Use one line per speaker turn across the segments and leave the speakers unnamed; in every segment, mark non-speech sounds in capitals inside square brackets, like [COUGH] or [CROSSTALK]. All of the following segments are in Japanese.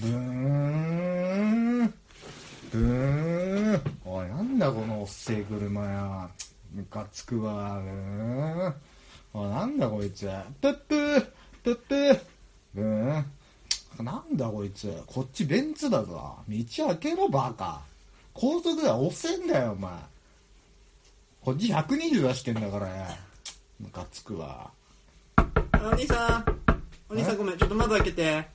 ブーンブーンおいなんだこのおっせえ車やムカつくわブーンおいなんだこいつプップープップーブーンなんだこいつこっちベンツだぞ道開けろバカ高速だ遅えんだよお前こっち120出してんだからよムカつくわ
あお兄さんお兄さ
え
んごめんちょっと窓開けて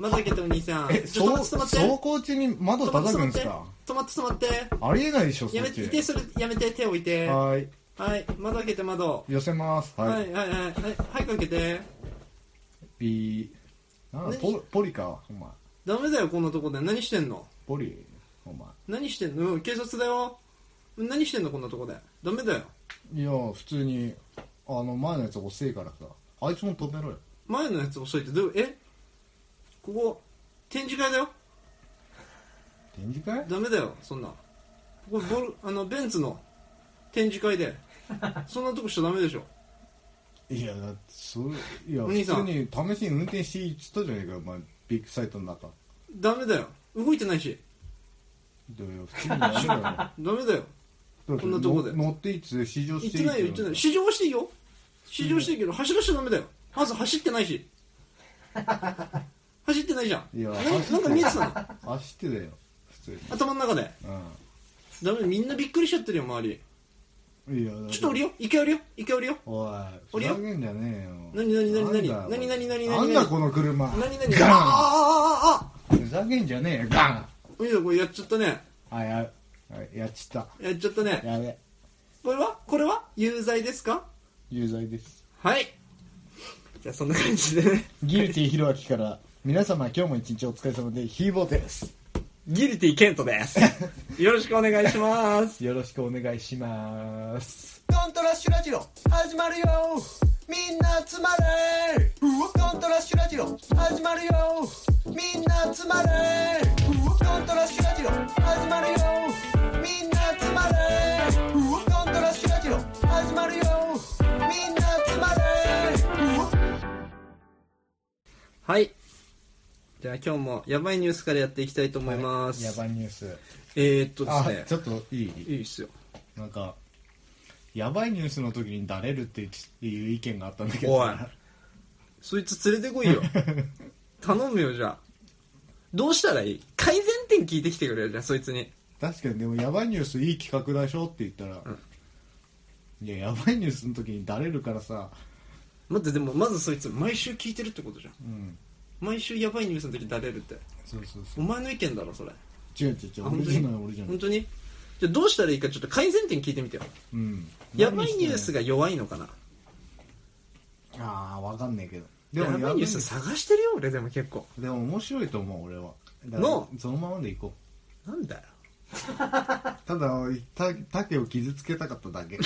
窓開けてお兄さん
え
ちょっと
そう
ちょっ
走
と待って
行中に窓
ちょっと
叩く
待
んで
って
すか
止まって止まって
ありえないでしょそ
や
っ
め
ち
て手それやめて手置いては
はい
い窓開けて窓
寄せます
はい
は
はいいはいはい早く開けて
ピーなんだポポリかお前
ダメだよこんなとこで何してんの
ポリお前
何してんのうん警察だよ何してんのこんなとこでダメだよ
いや普通にあの前のやつ遅いからさあいつも止めろよ
前のやつ遅いってどういうえここ展示会だよ
展示会
ダメだよそんなここボルあのベンツの展示会でそんなとこしちゃダメでしょ
いやだってそういや
お
普
兄さ
通
ん
に試しに運転していいっつったじゃねえかよお前ビッグサイトの中
ダメだよ動いてないし
で普通にや
[LAUGHS]
めろよだ
ダメだよ
って
こんなとこで
の乗っていいっつって試乗
行
し
ってて
いい
ないよ行ってない試乗はしていいよ試乗していいけど走らしちゃダメだよまず走ってな
[LAUGHS]
いし走ってないじゃん
いや
な
走
な
っ
ん
て
か
ない
見えてたの
走ってだよ普通に
頭の中でダメみんなびっくりしちゃってるよ周り
うんいやだって
ちょっと降りよ一回降りよ一回降りよ
おい、ふ
降り
ざ
よ
けんじゃねえよ。
何何何何
なんだ
何何何何
なんだこの車。
何何ああ
ガ
ああああ
ンふざけんじゃねえよ、ガン
お兄さんこれやっちゃったね
あ、や、あやっちった。
やっちゃったね
やべ。
これはこれは有罪ですか
有罪です。
はいじゃあそんな感じ
[LAUGHS]
でね
ギルティヒロアキから、皆様今日も一日お疲れ様で、ヒーボーです。
ギルティケントですよろしくお願いします
よろしくお願いします。
ドントラッシュラジオ始まるよみんな集まれドントラッシュラジオ始まるよみんな集まれドントラッシュラジオ始まるよみんな集まれドントラッシュラジオ始まるよみんな集まれ
はいじゃあ今日もやばいニュースからやっていきたいと思います、
やばいニュース。
えー、っと
あ、
です
ち
ね
ょっとい
い
い
いっすよ
なんか、やばいニュースの時にだれるっていう意見があったんだけど
おいそいつ連れてこい
[LAUGHS]
よ頼むよじゃあどうしたらいい改善点聞いてきてくれよじゃあそいつに
確かにでもやばいニュースいい企画でしょって言ったら、いややばいニュースの時にだれるからさ、
待ってでもまずそいつ毎週聞いてるってことじゃん
うん、
毎週やばいニュースの時だれるって
そうそうそ
お前の意見だろそれ
う違う違う違う
本
俺
当
じゃ
に
ない俺じゃない
本、当にじゃあどうしたらいいかちょっと改善点聞いてみてよ
うん、
やばいニュース
が
が弱いのかな
ああわかんないけど
やばいニュース探してるよ俺でも結構
でも面白いと思う俺はだから
の
そのままでいこ
なんだよ
うただた竹を傷つけたかっただけ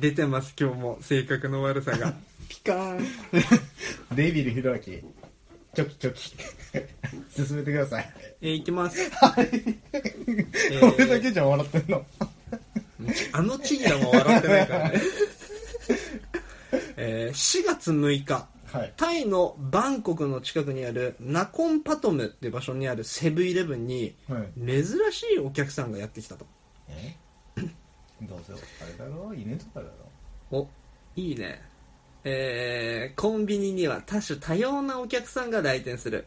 出てます今日も性格の
[LAUGHS]
悪さがピカーン
デイビルひろあきチョキチョキ [LAUGHS] 進めてください、
えー、いきますえー
俺だけじゃん笑ってんの
あのチギラも笑ってない [LAUGHS] からねえー4月6日
はい
タイのバンコクの近くにあるナコンパトムっていう場所にあるセブンイレブンに
はい
珍しいお客さんがやってきたと
え [COUGHS] どうせあれだろ稲とかだろ
おいいねえー、コンビニには多種多様なお客さんが来店する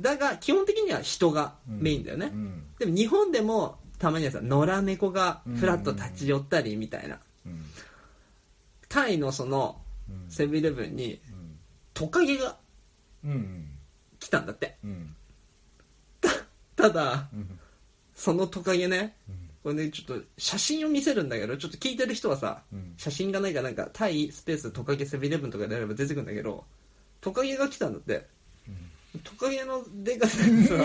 だが基本的には人がメインだよね、
うん
でも日本でもたまにはさ野良猫がフラッと立ち寄ったりみたいな
うん
タイのその
うん
セブンイレブンに
うん
トカゲが
うん
来たんだって
うん
ただ
うん
そのトカゲね
うん
これねちょっと写真を見せるんだけどちょっと聞いてる人はさ、
うん
写真がないからなんかタイスペーストカゲセブンイレブンとかでやれば出てくるんだけどトカゲが来たんだって、トカゲのでかさがさ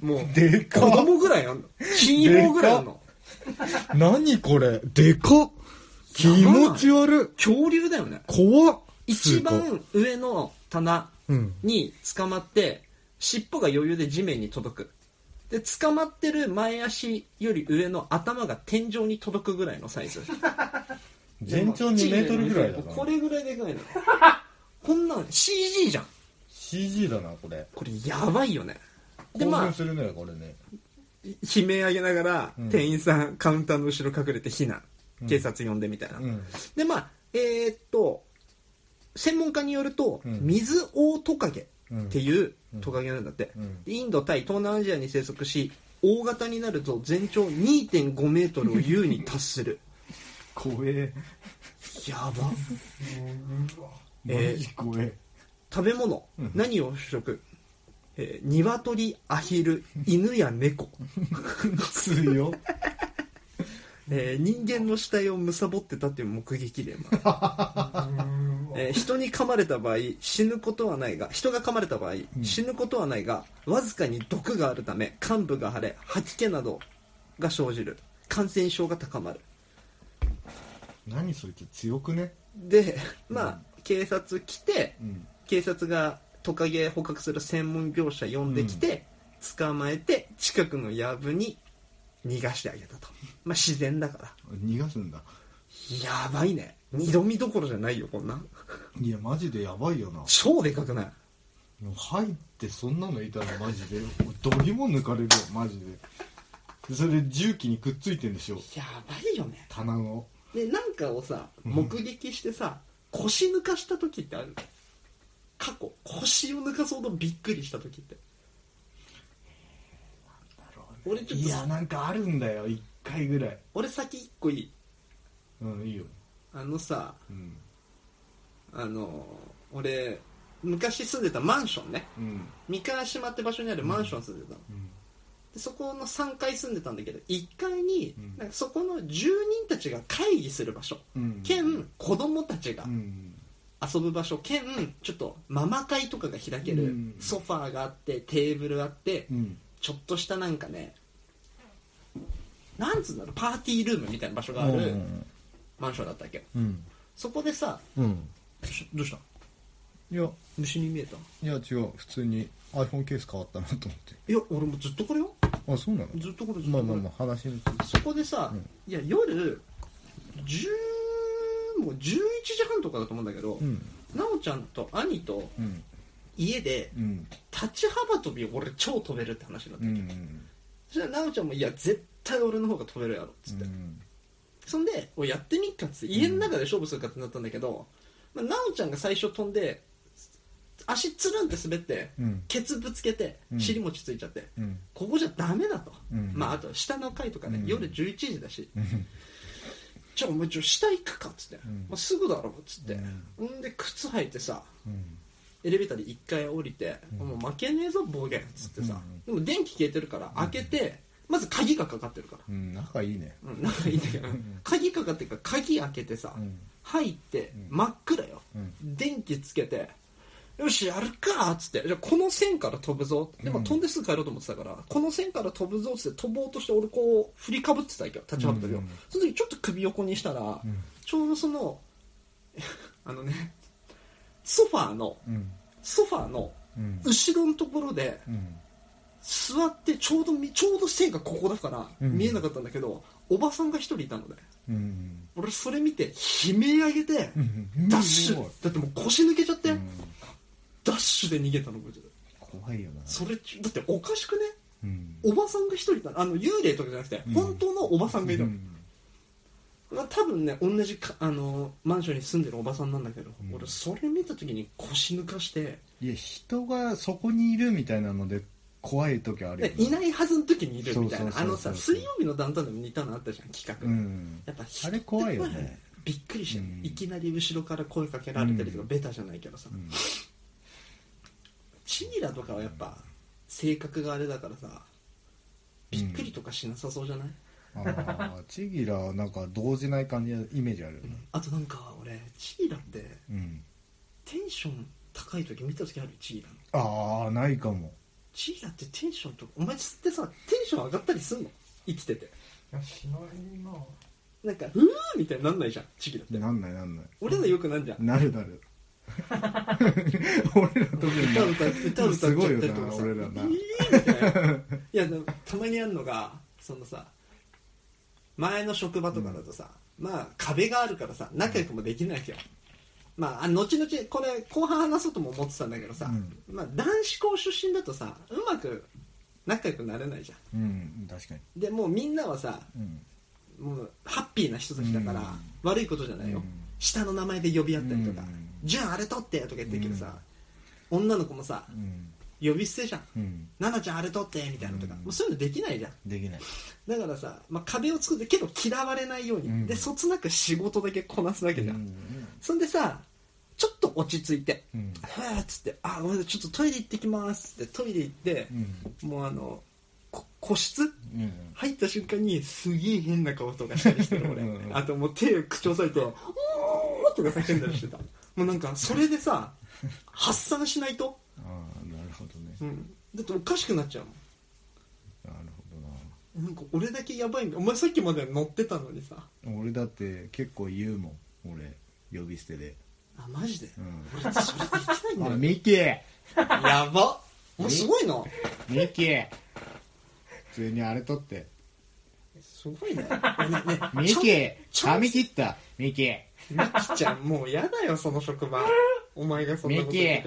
もう
で
子
かっ
供ぐらいあんのキーボーぐらいあんの
何これでかっ気持ち悪
恐竜だよね
い怖っ
一
す
番上の棚
ごいうん
に捕まって尻尾が余裕で地面に届くで捕まってる前足より上の頭が天井に届くぐらいのサイズ
全長2メートルぐらいだ
こ
から
れぐらいでかいのこんなん CG じゃん
CG だなこれ
これやばいよねで
興
まあ
奮するねこれね
悲鳴上げながら、
うん
店員さんカウンターの後ろ隠れて避難警察呼んでみたいな、
うん
でまあえーっと専門家によると、
うん
水オオトカゲっていう
うん
トカゲなんだって、
うん
でインド対東南アジアに生息し大型になると全長2 5メートルを優に達
[LAUGHS]
する
怖え
やば
マジ怖
[LAUGHS]
え
食べ物、
うん
何を主食、えー、鶏アヒル犬や猫、
強っ
えー人間の死体を貪ってたっていう目撃例もあるえー人に噛まれた場合死ぬことはないが人が噛まれた場合、死ぬことはないがわずかに毒があるため患部が腫れ吐き気などが生じる感染症が高まる
何そいつ強くね
でまあ、警察来て
うん
警察がトカゲ捕獲する専門業者呼んできて、捕まえて近くの藪に逃がしてあげたと、まあ、自然だから
逃がすんだ
やばいね二度見どころじゃないよこんなん
いやマジでやばいよな
超でかくない
入ってそんなのいたらマジでどぎも抜かれるよマジでそれ重機にくっついてんでしょ
やばいよね
棚の
でなんかをさ目撃してさ、腰抜かした時ってある過去腰を抜かすほどびっくりした時って俺ちょっと
いやなんかあるんだよ一回ぐらい
俺先一個いい
うんいいよ
あのさ
うん
あの俺昔住んでたマンションね
うん
三河島って場所にあるマンション住んでたの、
うん
でそこの3階住んでたんだけど1階に
うん
なんかそこの住人たちが会議する場所、
うん
兼子供たちが
うん
遊ぶ場所兼ちょっとママ会とかが開け
う
る
ん
ソファーがあってテーブルあって
うん
ちょっとしたなんかねなんつうんだろうパーティールームみたいな場所があるマンションだったっけ
うん
そこでさ
うん
しどうした
いや
虫に見えた
いや違う普通に iPhone ケース変わったなと思って
いや俺もずっとこれよ
あそうなの
ずっとこれずっとこれ
まあまあまあ話の
そこでさ、いや夜10もう11時半とかだと思うんだけど、
うん
なおちゃんと兄と
うん
家で
うん
立ち幅跳びを俺超飛べるって話になっ
う
て、
ん
そしたらなおちゃんも「いや絶対俺の方が飛べるやろ」っつって、
うん
そんで「おいやってみっか」っつって家の中で勝負するかってなったんだけど、まあ、なおちゃんが最初飛んで足つるんって滑って、
うん
ケツぶつけて
うん
尻餅ついちゃって、
うん
ここじゃダメだと、
うん
まああと下の階とかね、
うん
夜11時だし、じゃあお前ちょ下行くかっつって、
ん
まあ、すぐだろっつって、、
うん
で靴履いてさ
うん
エレベーターで1階降りて、もう負けねえぞ暴言っつってさ、でも電気消えてるから開けて、まず鍵がかかってるから、
うん仲いいね
うん、なんかいいんだけど鍵かかってるから鍵開けてさ、
うん
入って真っ暗よ、
うん
電気つけてよしやるかっつってじゃあこの線から飛ぶぞでも飛んですぐ帰ろうと思ってたから、この線から飛ぶぞっつって飛ぼうとして俺こう振りかぶってたわけよ立ち上がったけど、
うん
その時ちょっと首横にしたら、ちょうどその [LAUGHS] あのねソファーの
うん
ソファーの
うん
後ろのところで
うん
座ってちょうどみちょうど線がここだから
うん
見えなかったんだけど、おばさんが一人いたので
うん
俺それ見て悲鳴上げて、
うん
ダッシ
う
ュ
ん
だってもう腰抜けちゃって、
うん
ダッシュで逃げたの覚えてる
怖いよな
それだっておかしくね
うん
おばさんが一人いたのあの幽霊とかじゃなくて、
うん
本当のおばさんがいた
う
の、
ん
まあ多分ね同じかあのマンションに住んでるおばさんなんだけど、
ん
俺それ見た時に腰抜かして、
いや人がそこにいるみたいなので怖い時あるよ
でいないいはずの時にいるみたいな
そう
あ
そ
の
うそうそう
さ水曜日のダウンタウンでも似たのあったじゃん企画、
うん
やっぱ人
あれ怖いよね
ってびっくりして、
うん
いきなり後ろから声かけられたりとか、
うん
ベタじゃないけどさ、
ん
チーラとかはやっぱ性格があれだからさびっくりとかしなさそうじゃない、
ああチギラはなんか動じない感じのイメージあるよね
あとなんか俺チーラって
うん
テンション高い時見た時あるチーラの
ああないかも
チーラってテンションとかお前ってさテンション上がったりすんの生きてて
しないな
なんかうーみたいになんないじゃんチーラって
なんないなんない
俺らよくなんじゃん
なるなる俺ら特に
歌歌歌歌っちゃったりとかさ
すごいよな俺らない
いみたい
[LAUGHS]
ないやでもたまにあるのがそのさ前の職場とかだとさ、まあ壁があるからさ仲良くもできないわけよ、まあ、あ後々これ後半話そうとも思ってたんだけどさ、
うん
まあ、男子校出身だとさうまく仲良くなれないじゃ
うん確かに
んでもうみんなはさ
うん
もうハッピーな人たちだから、
うん
悪いことじゃないよ、
うん
下の名前で呼び合ったりとか、
うん
じゃああれ取ってとか言ってるけどさ、女の子もさ
うん
呼び捨てじゃん
うん
「奈々ちゃんあれ取って」みたいなのとか、
うん
もうそういうのできないじゃん
できない
だからさ、まあ、壁を作ってけど嫌われないように、
うん
でそつなく仕事だけこなすわけじゃん、
うん
そんでさちょっと落ち着いて「
うん
はあ」っつって「あごめんなさいちょっとトイレ行ってきます」ってトイレ行って
う、ん
もうあのこ個室
うん
入った瞬間にすげえ変な顔とかしたりしてる俺
うん
あともう手を口押さえて「おー!」とか叫んだりしてたもうなんかそれでさ発散しないと、
ああなるほどね
うん、だっておかしくなっちゃうもん
なるほど
なんか俺だけやばいんだお前さっきまで乗ってたのにさ
な俺だって結構言うもん俺呼び捨てで
あマジで
うん
俺それできない
あ
んだよ
ミキ
やばもうすごいな
ミキ普通にあれ取って
すごいな、ねね
ミ
ち
キ
ちょ
髪切ったミキ
ょミキちゃんもうやだよその職場お前がそんなこと言って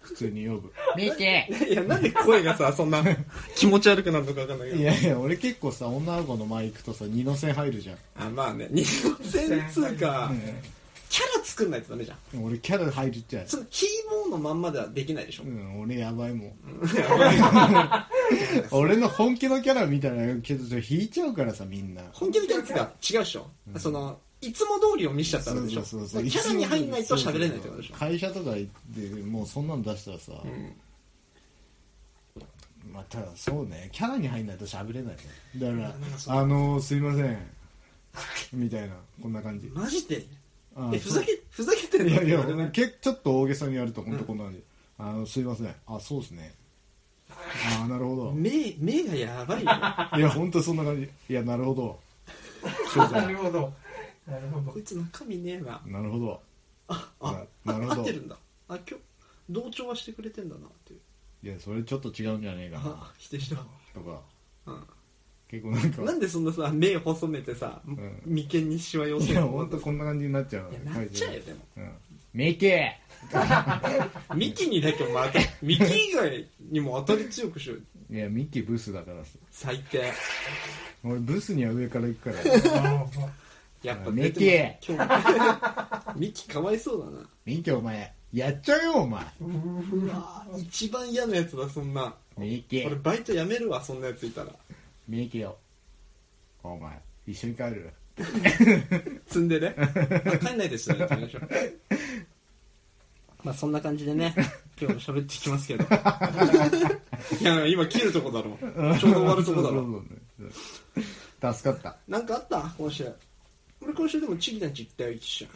普通に呼
[LAUGHS]
ぶミキ
いやなんで声がさそんな気持ち悪くなるのかわかんないけ
い
ど
やいや俺結構さ女の子の前行くとさ二の線入るじゃん
あまあね二度線つうかキャラ作んないとダメじゃん
俺キャラ入るっちゃう
そのヒーボーのまんまではできないでしょ
うん俺やばいもん
やばいよ
俺の本気のキャラみたいなのけどちょっと引いちゃうからさみんな
本気のキャラ作違うでしょ、そのいつも通りを見しちゃったらでしょキャラに入んないと喋れないってことでしょ
会社とか行ってもうそんなの出したらさ、
ん
まあただそうねキャラに入んないと喋れないねだか
なんかそ
ら「あのー、すいません」みたいなこんな感じ
マジで
あ
えふざけふざけて
い
る
やい
って言われ
や
な
けちょっと大げさにやると本当こんな感じ、あのすいませんあそうですねああなるほど
目目がやばいよ [LAUGHS]
いや本当そんな感じいやなるほどすいませ
なんるほどなるほど
こいつ中身ねえ
[LAUGHS]
な
なるほど
あ
ななるほど
合ってるんだあ今日同調はしてくれてんだなっていう
いやそれちょっと違うんじゃねえかな
あ否定した
とか
うん
結構なんか
なんでそんなさ目細めてさ、
ん
眉間にしわ寄せ
い
る
や
の
本当こんな感じになっちゃう
いやなっちゃうよでも
うんミキい
ミキにだけも当たミキ以外にも当たり強くしよう
やミキブスだからさ
最低
俺ブスには上から行くから
やっぱ
ミキ
出てます今日 [LAUGHS] ミキかわいそうだな
ミキお前やっちゃうよお前
うわ一番嫌なやつだそんな
ミキ
俺バイト辞めるわそんなやついたら
ミキよお前一緒に帰る
積ん
[LAUGHS]
でねあ帰んないですよね行きましょうまあそんな感じでね今日も喋っていきま
[LAUGHS]
すけどいや今切るとこだろちょうど終わるとこだろ
そうそうね助かったあ
なんかあった今週俺今週でもチギたち行ったよ一緒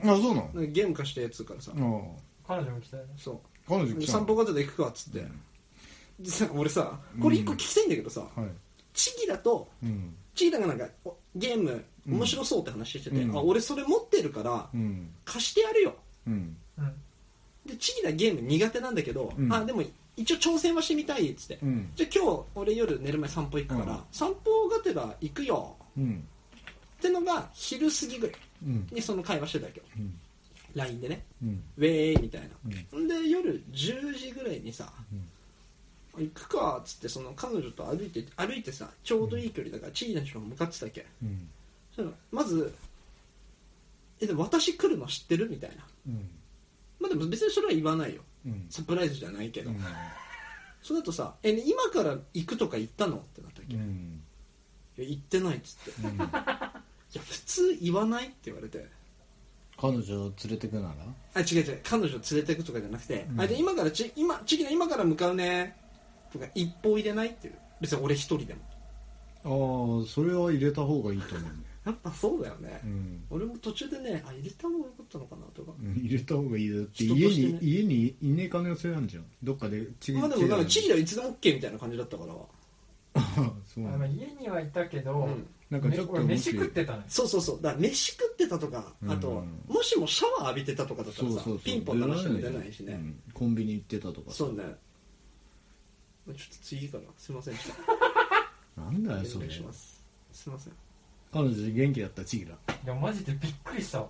そうなの
なんかゲーム化したやつからさ、
うん
彼女も来たよ
そう
彼女来た
散歩がてら行くかっつって、でさ俺さこれ一個聞きたいんだけどさ、
はい
チギだと
うん
チギだがなんかおゲーム
ん
面白そうって話してて、
うん
あ俺それ持ってるから
うん
貸してやるよ
うん
うん
でチギだゲーム苦手なんだけど、
うん
あでも一応挑戦はしてみたいっつって、
うん
じゃあ今日俺夜寝る前散歩行くから、
うん
散歩がてら行くよ
うん
ってのが昼過ぎぐらい
うん
にその会話してたわけど
うん
LINE でね
うん
ウェーイみたいな、、
うん
で夜10時ぐらいにさ、
ん
行くかっつってその彼女と歩いて歩いてさちょうどいい距離だからチーナの人が向かってたっけ
うん
そしたらまず「えで私来るの知ってる?」みたいな
うん
まあでも別にそれは言わないよ
うん
サプライズじゃないけど、
う
それだとさ「えね今から行くとか行ったの?」ってなったっけ、い
ん
や行ってないっつって「いや普通言わない?」って言われて
彼女を連れてくなら
あ違う違う彼女を連れてくとかじゃなくて、あで今からち今チキナ今から向かうねとか一歩入れないっていう別に俺一人でも
ああそれは入れた方がいいと思うね
やっぱそうだよね、
うん
俺も途中でねあ入れた方が良かったのかなとか、
入れた方がいいだって
人
家
として
に
ね
家にいねえ可能性あるじゃんどっかでちぎ
まあでもなんかチキナはいつでも OK みたいな感じだったから、
そう
あの家にはいたけど、
うん
なんかちょっと
め俺
も
飯
し
食ってたのよ
そうそうそうだから飯食ってたとかあと、
うん
もしもシャワー浴びてたとかだった
そ
ら
う
さ
そうそう
ピンポン鳴らしても出ないしね、
うんコンビニ行ってたとか
そうねちょっと次からすいませんでした
なんだよそ
連
れ
絡しますすいません
彼女元気だったちぎら
いやマジでびっくりしたわ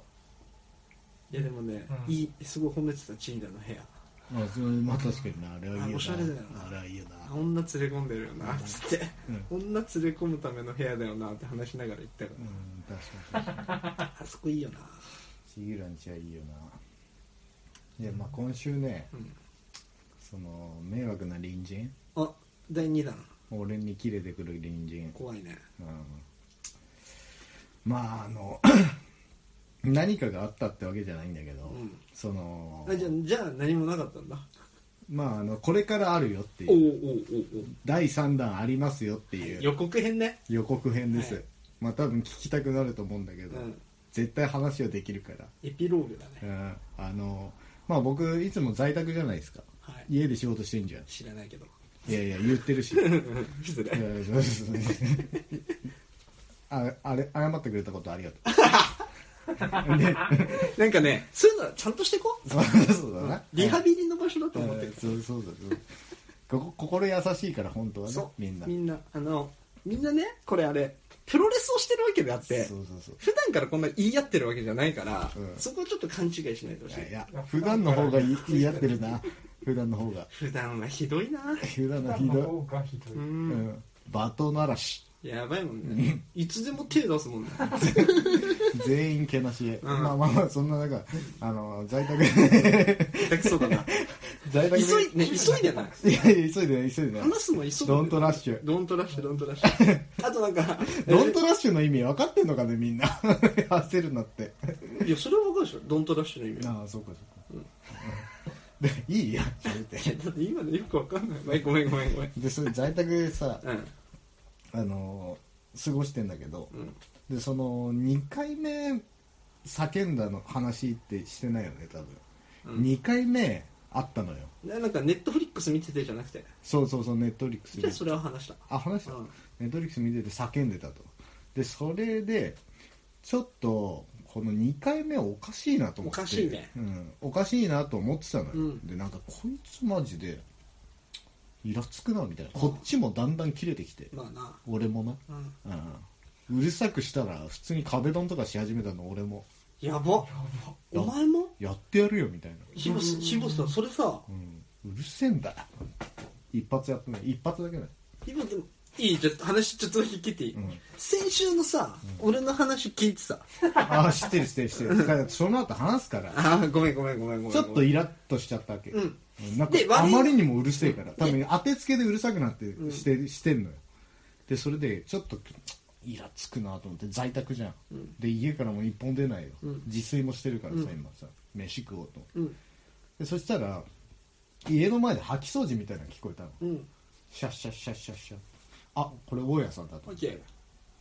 いやでもね、
うん
いいすごい褒めてたチンダの部屋
あそれまあ確かになあれはいいよな
あおしゃれだよな
あれはいいよな
あ女連れ込んでるよなっつって、女連れ込むための部屋だよなって話しながら行ったか、
うん確かに確から
あそこいいよな
にシギランちはいいよなでまあ今週ね、
うん
その迷惑な隣人
あ第2弾
俺に切れてくる隣人
怖いね
うんまああの [COUGHS] 何かがあったってわけじゃないんだけど、
うん
その
あじゃあじゃあ何もなかったんだ
まああのこれからあるよって
おうお
いう
うおうおう
第3弾ありますよっていう
予告編ね
予告編です、
はい
まあ多分聞きたくなると思うんだけど、
うん
絶対話はできるか
エピローグだ
ら、
ね、
うん、あのまあ僕いつも在宅じゃないですか
はい、
家で仕事してんじゃん
知らないけど
いやいや言ってるしいや
[LAUGHS] 失礼、
いやそうですねああれ謝ってくれたことありがとう
なんかねそういうのはちゃんとしてこう
そうそうだな、
リハビリの場所だと思って
え
る
ー、そうそうだそうここ心優しいから本当はね
そう
みんな
みんなあのみんなねこれあれプロレスをしてるわけであって
そうそうそう
普段からこんな言い合ってるわけじゃないから、
うん
そこをちょっと勘違いしないでほしい
いやいや普段の方がいい言い合ってるな普段の方が
普段はひどいな
普段の
普
ひ
段の
ど
方がひど
う
い、
い
うんん、罵倒の嵐
やばいもんねいつでも手出
[LAUGHS]
すもんね
全員けなし、
ん
まあまあまあそんな中あの在宅
[LAUGHS]
で
下手くそだな
在
[LAUGHS] 急
宅で
いね急いでない
[LAUGHS] いやいや急いでない急いでない
話すの急いで
ドントラッシュ
ドントラッシュドントラッシュ
[LAUGHS]
あとなんか
ドントラッシュの意味分かってんのかねみんな [LAUGHS] 焦るなって
いやそれは分かるでしょドントラッシュの意味
ああそうかそうか、うん、 [LAUGHS] でいいや喋って
いやだって今のよく分かんない [LAUGHS] ごめんごめんごめんごめん
でそれ在宅でさ、
うん
あの過ごしてんだけど、
うん
でその2回目叫んだの話ってしてないよね多分、
うん
2回目あったのよ
ななんかネットフリックス見ててじゃなくて
そうそうそうネットリックス
じゃあそれは話した
あ話した、
うん
ネットリックス見てて叫んでたとでそれでちょっとこの2回目おかしいなと思って
おかしいね
うん、おかしいなと思ってたのよ、
うん
でなんかこいつマジでイラつくなみたいなこっちもだんだん切れてきて、
まあな
俺もな
うん
うんうるさくしたら普通に壁ドンとかし始めたの俺も
やば
ば
お前も
やってやるよみたいな、
広瀬広瀬さんそれさ
うん、うるせえんだよ一発やってない一発だけだよ
今でもいいじゃあ話ちょっと引きっていい、
ん
先週のさ、俺の話聞いてさ
ああ知ってる知ってる知ってるだからその後話すから
ああごめんごめんごめんごめん
ちょっとイラッとしちゃったわけ、
うん
なんか
で
あ
悪い
まりにもうるせえから多分当てつけでうるさくなってして,、してんのよでそれでちょっとイラつくなと思って在宅じゃん、で家からも一本出ないよ、
ん
自炊もしてるからさ、今さ飯食おうと思って
うん
でそしたら家の前で掃き掃除みたいなの聞こえたの
うん
シャッシャッシャッシャッシャッあこれ大家さんだと
オ
思
ッ
っ
ケ
て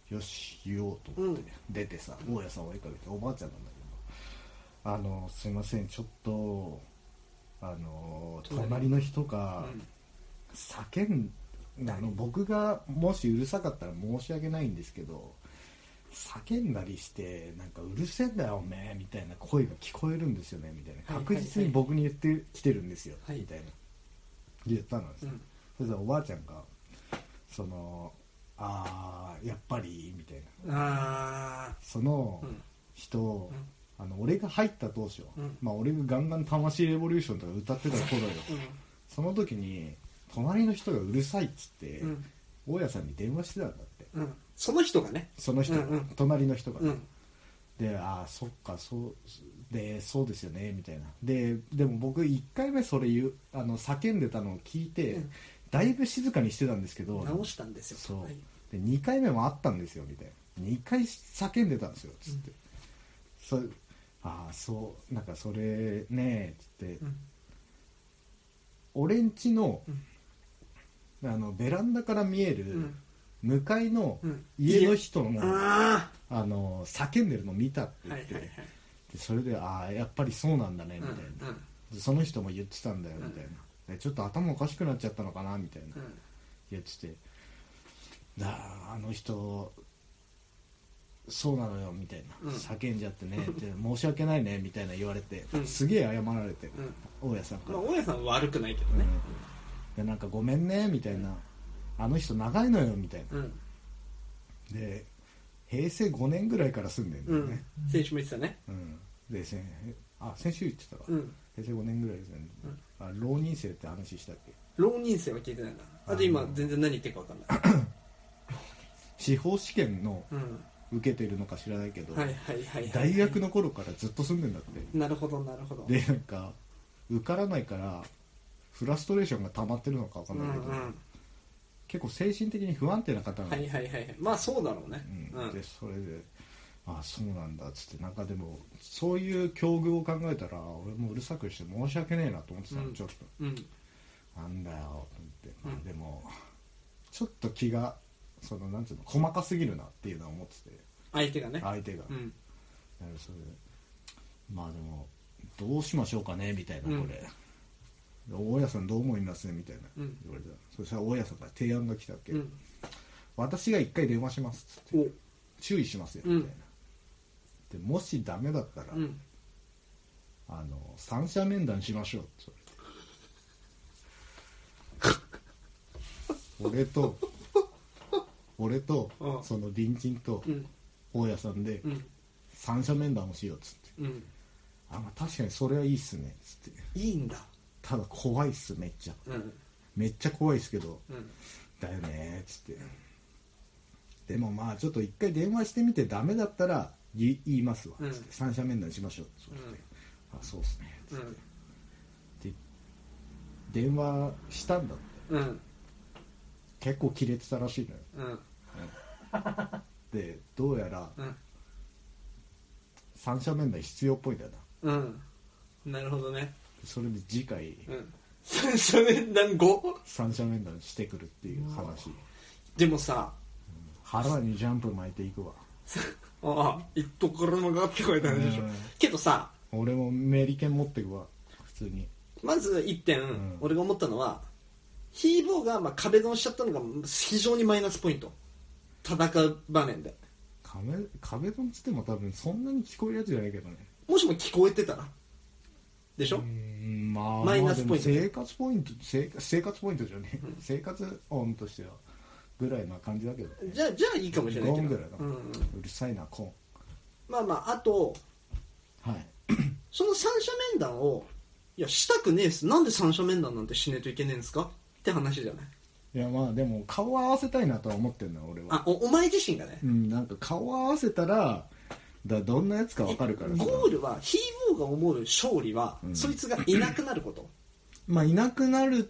ー
よし言おうと思って、出てさ大家さんを追いかけておばあちゃんなんだけど「あのすいませんちょっとあの隣の人が
うん
叫んあの僕がもしうるさかったら申し訳ないんですけど叫んだりしてなんかうるせえんだよおめえみたいな声が聞こえるんですよねみたいな
はい
確実に僕に言ってきてるんですよ
はい
みたいな言ったのです
う
よ
ん
それでおばあちゃんが「そのああやっぱり」みたいな
あ
その
うん
人、
ん
あの俺が入った当初、
うん
まあ、俺がガンガン「魂レボリューション」とか歌ってた頃よ
あうん
その時に隣の人がうるさいっつって、
うん
大家さんに電話してたんだって
うんその人がね
その人、
うんうん
隣の人が、
うん
で「ああそっかそうでそうですよね」みたいなででも僕1回目それ言うあの叫んでたのを聞いて、
うん
だいぶ静かにしてたんですけど
直したんですよ
そう
はい
で2回目もあったんですよみたいな2回叫んでたんですよつって、そうああそうなんかそれねつって、
うん
俺んちの,、あのベランダから見え
う
る
ん
向かいの
うん
家の人の、
あ
あの叫んでるの見たって
あ
言
は
っ
い
て、
はいはい
でそれでああやっぱりそうなんだねみ
うん
たいな、でその人も言ってたんだよみたいな、でちょっと頭おかしくなっちゃったのかなみたいな、
うん
言ってて「だあの人そうなのよ」みたいな、
うん
叫んじゃっ
[LAUGHS]
てねって「申し訳ないね」みたいな言われて、
うん
すげえ謝られて、
うん
大家さんから、
まあ大家さんは悪くないけど
うん
ね
でなんか「ごめんね」みたいな、あの人長いのよ」みたいな、
うん
で平成5年ぐらいから住んでんだ
う
よね
ん、先週も言ってたね
うんでせんあ先週言ってたか、
うん
平成5年ぐらいですね、あ浪人生って話したっけ
浪人生は聞いてないなあと今全然何言ってるか分かんない
司法試験の
うん
受けてるのか知らないけど、
はいはいはいはい
大学の頃からずっと住んでんだって
なるほどなるほど
でなんか受からないからフラストレーションが溜まってるのかわか
うんんう
ないけど、
ん
結構精神的に不安定な方なの
はいはいはいはいまあそうだろうね
う
うんん
でそれであそうなんだっつってなんかでもそういう境遇を考えたら俺もうるさくして申し訳ねえなと思ってたの、
うん
ちょっと
うん
なんだよと思って、まあ
うん
でもちょっと気がそのなんつうの細かすぎるなっていうのは思ってて
相手がね
相手が、
うん
だからそれでまあでもどうしましょうかねみたいなこ
うん
れ、で大家さんどう思いますみたいな、
うん
言われたそしたら大家さんから提案が来たっけ、
うん
私が一回電話しますっつって
お
注意しますよ
うん
みたいな、でもしダメだったら、
うん
あの三者面談しましょうって
[LAUGHS]
言われて俺と俺と
うん
その隣人と
うん
大家さんで
うん
三者面談をしようっつって
うん
「あまあ確かにそれはいいっすね」っつって
いいんだ
「ただ怖いっすめっちゃ
うん
めっちゃ怖いっすけど
うん
だよね」っつってでもまあちょっと一回電話してみてダメだったら言言いますわっつって、
うん
三者面談しましょうっつって、あそうっすねっつって
うん
で電話したんだって
うん
結構キレてたらしいのよ
うん
でどうやら
うん
三者面談必要っぽいんだよな
うんなるほどね
それで次回
うん [LAUGHS] 三者面談後
三者面談してくるっていう話
でもさ
腹にジャンプ巻いていくわ
ああ一ところもがってこいって話でしょ
うん
けどさ
俺もメリケン持ってくわ普通に
まず一点、
ん
俺が思ったのはヒーボーがまあ壁ドンしちゃったのが非常にマイナスポイント戦う場面で
壁壁ドンつっても多分そんなに聞こえるやつじゃないけどね
もしも聞こえてたらでしょ、
うんまあ
マイナスポイント
まあでも生活ポイント生生活ポイントじゃねえ、 [LAUGHS] 生活音としてはぐらいな感じだけどね
じゃあじゃあいいかもしれない
ゴ
け
ン
ど
ぐらいだ、
う
うん
うん
るさいなコ
まあまああと
ーンはい
その三者面談をいやしたくねえっすなんで三者面談なんてしねえといけねえんですかって話じゃない
いやまあでも顔合わせたいなとは思ってんの俺は
あおお前自身がね
うんなんか顔合わせたらだどんなやつかわかるからさ
ゴールはヒーボーが思う勝利は、
うん
そいつがいなくな
[LAUGHS]
ること
まあいなくなるっ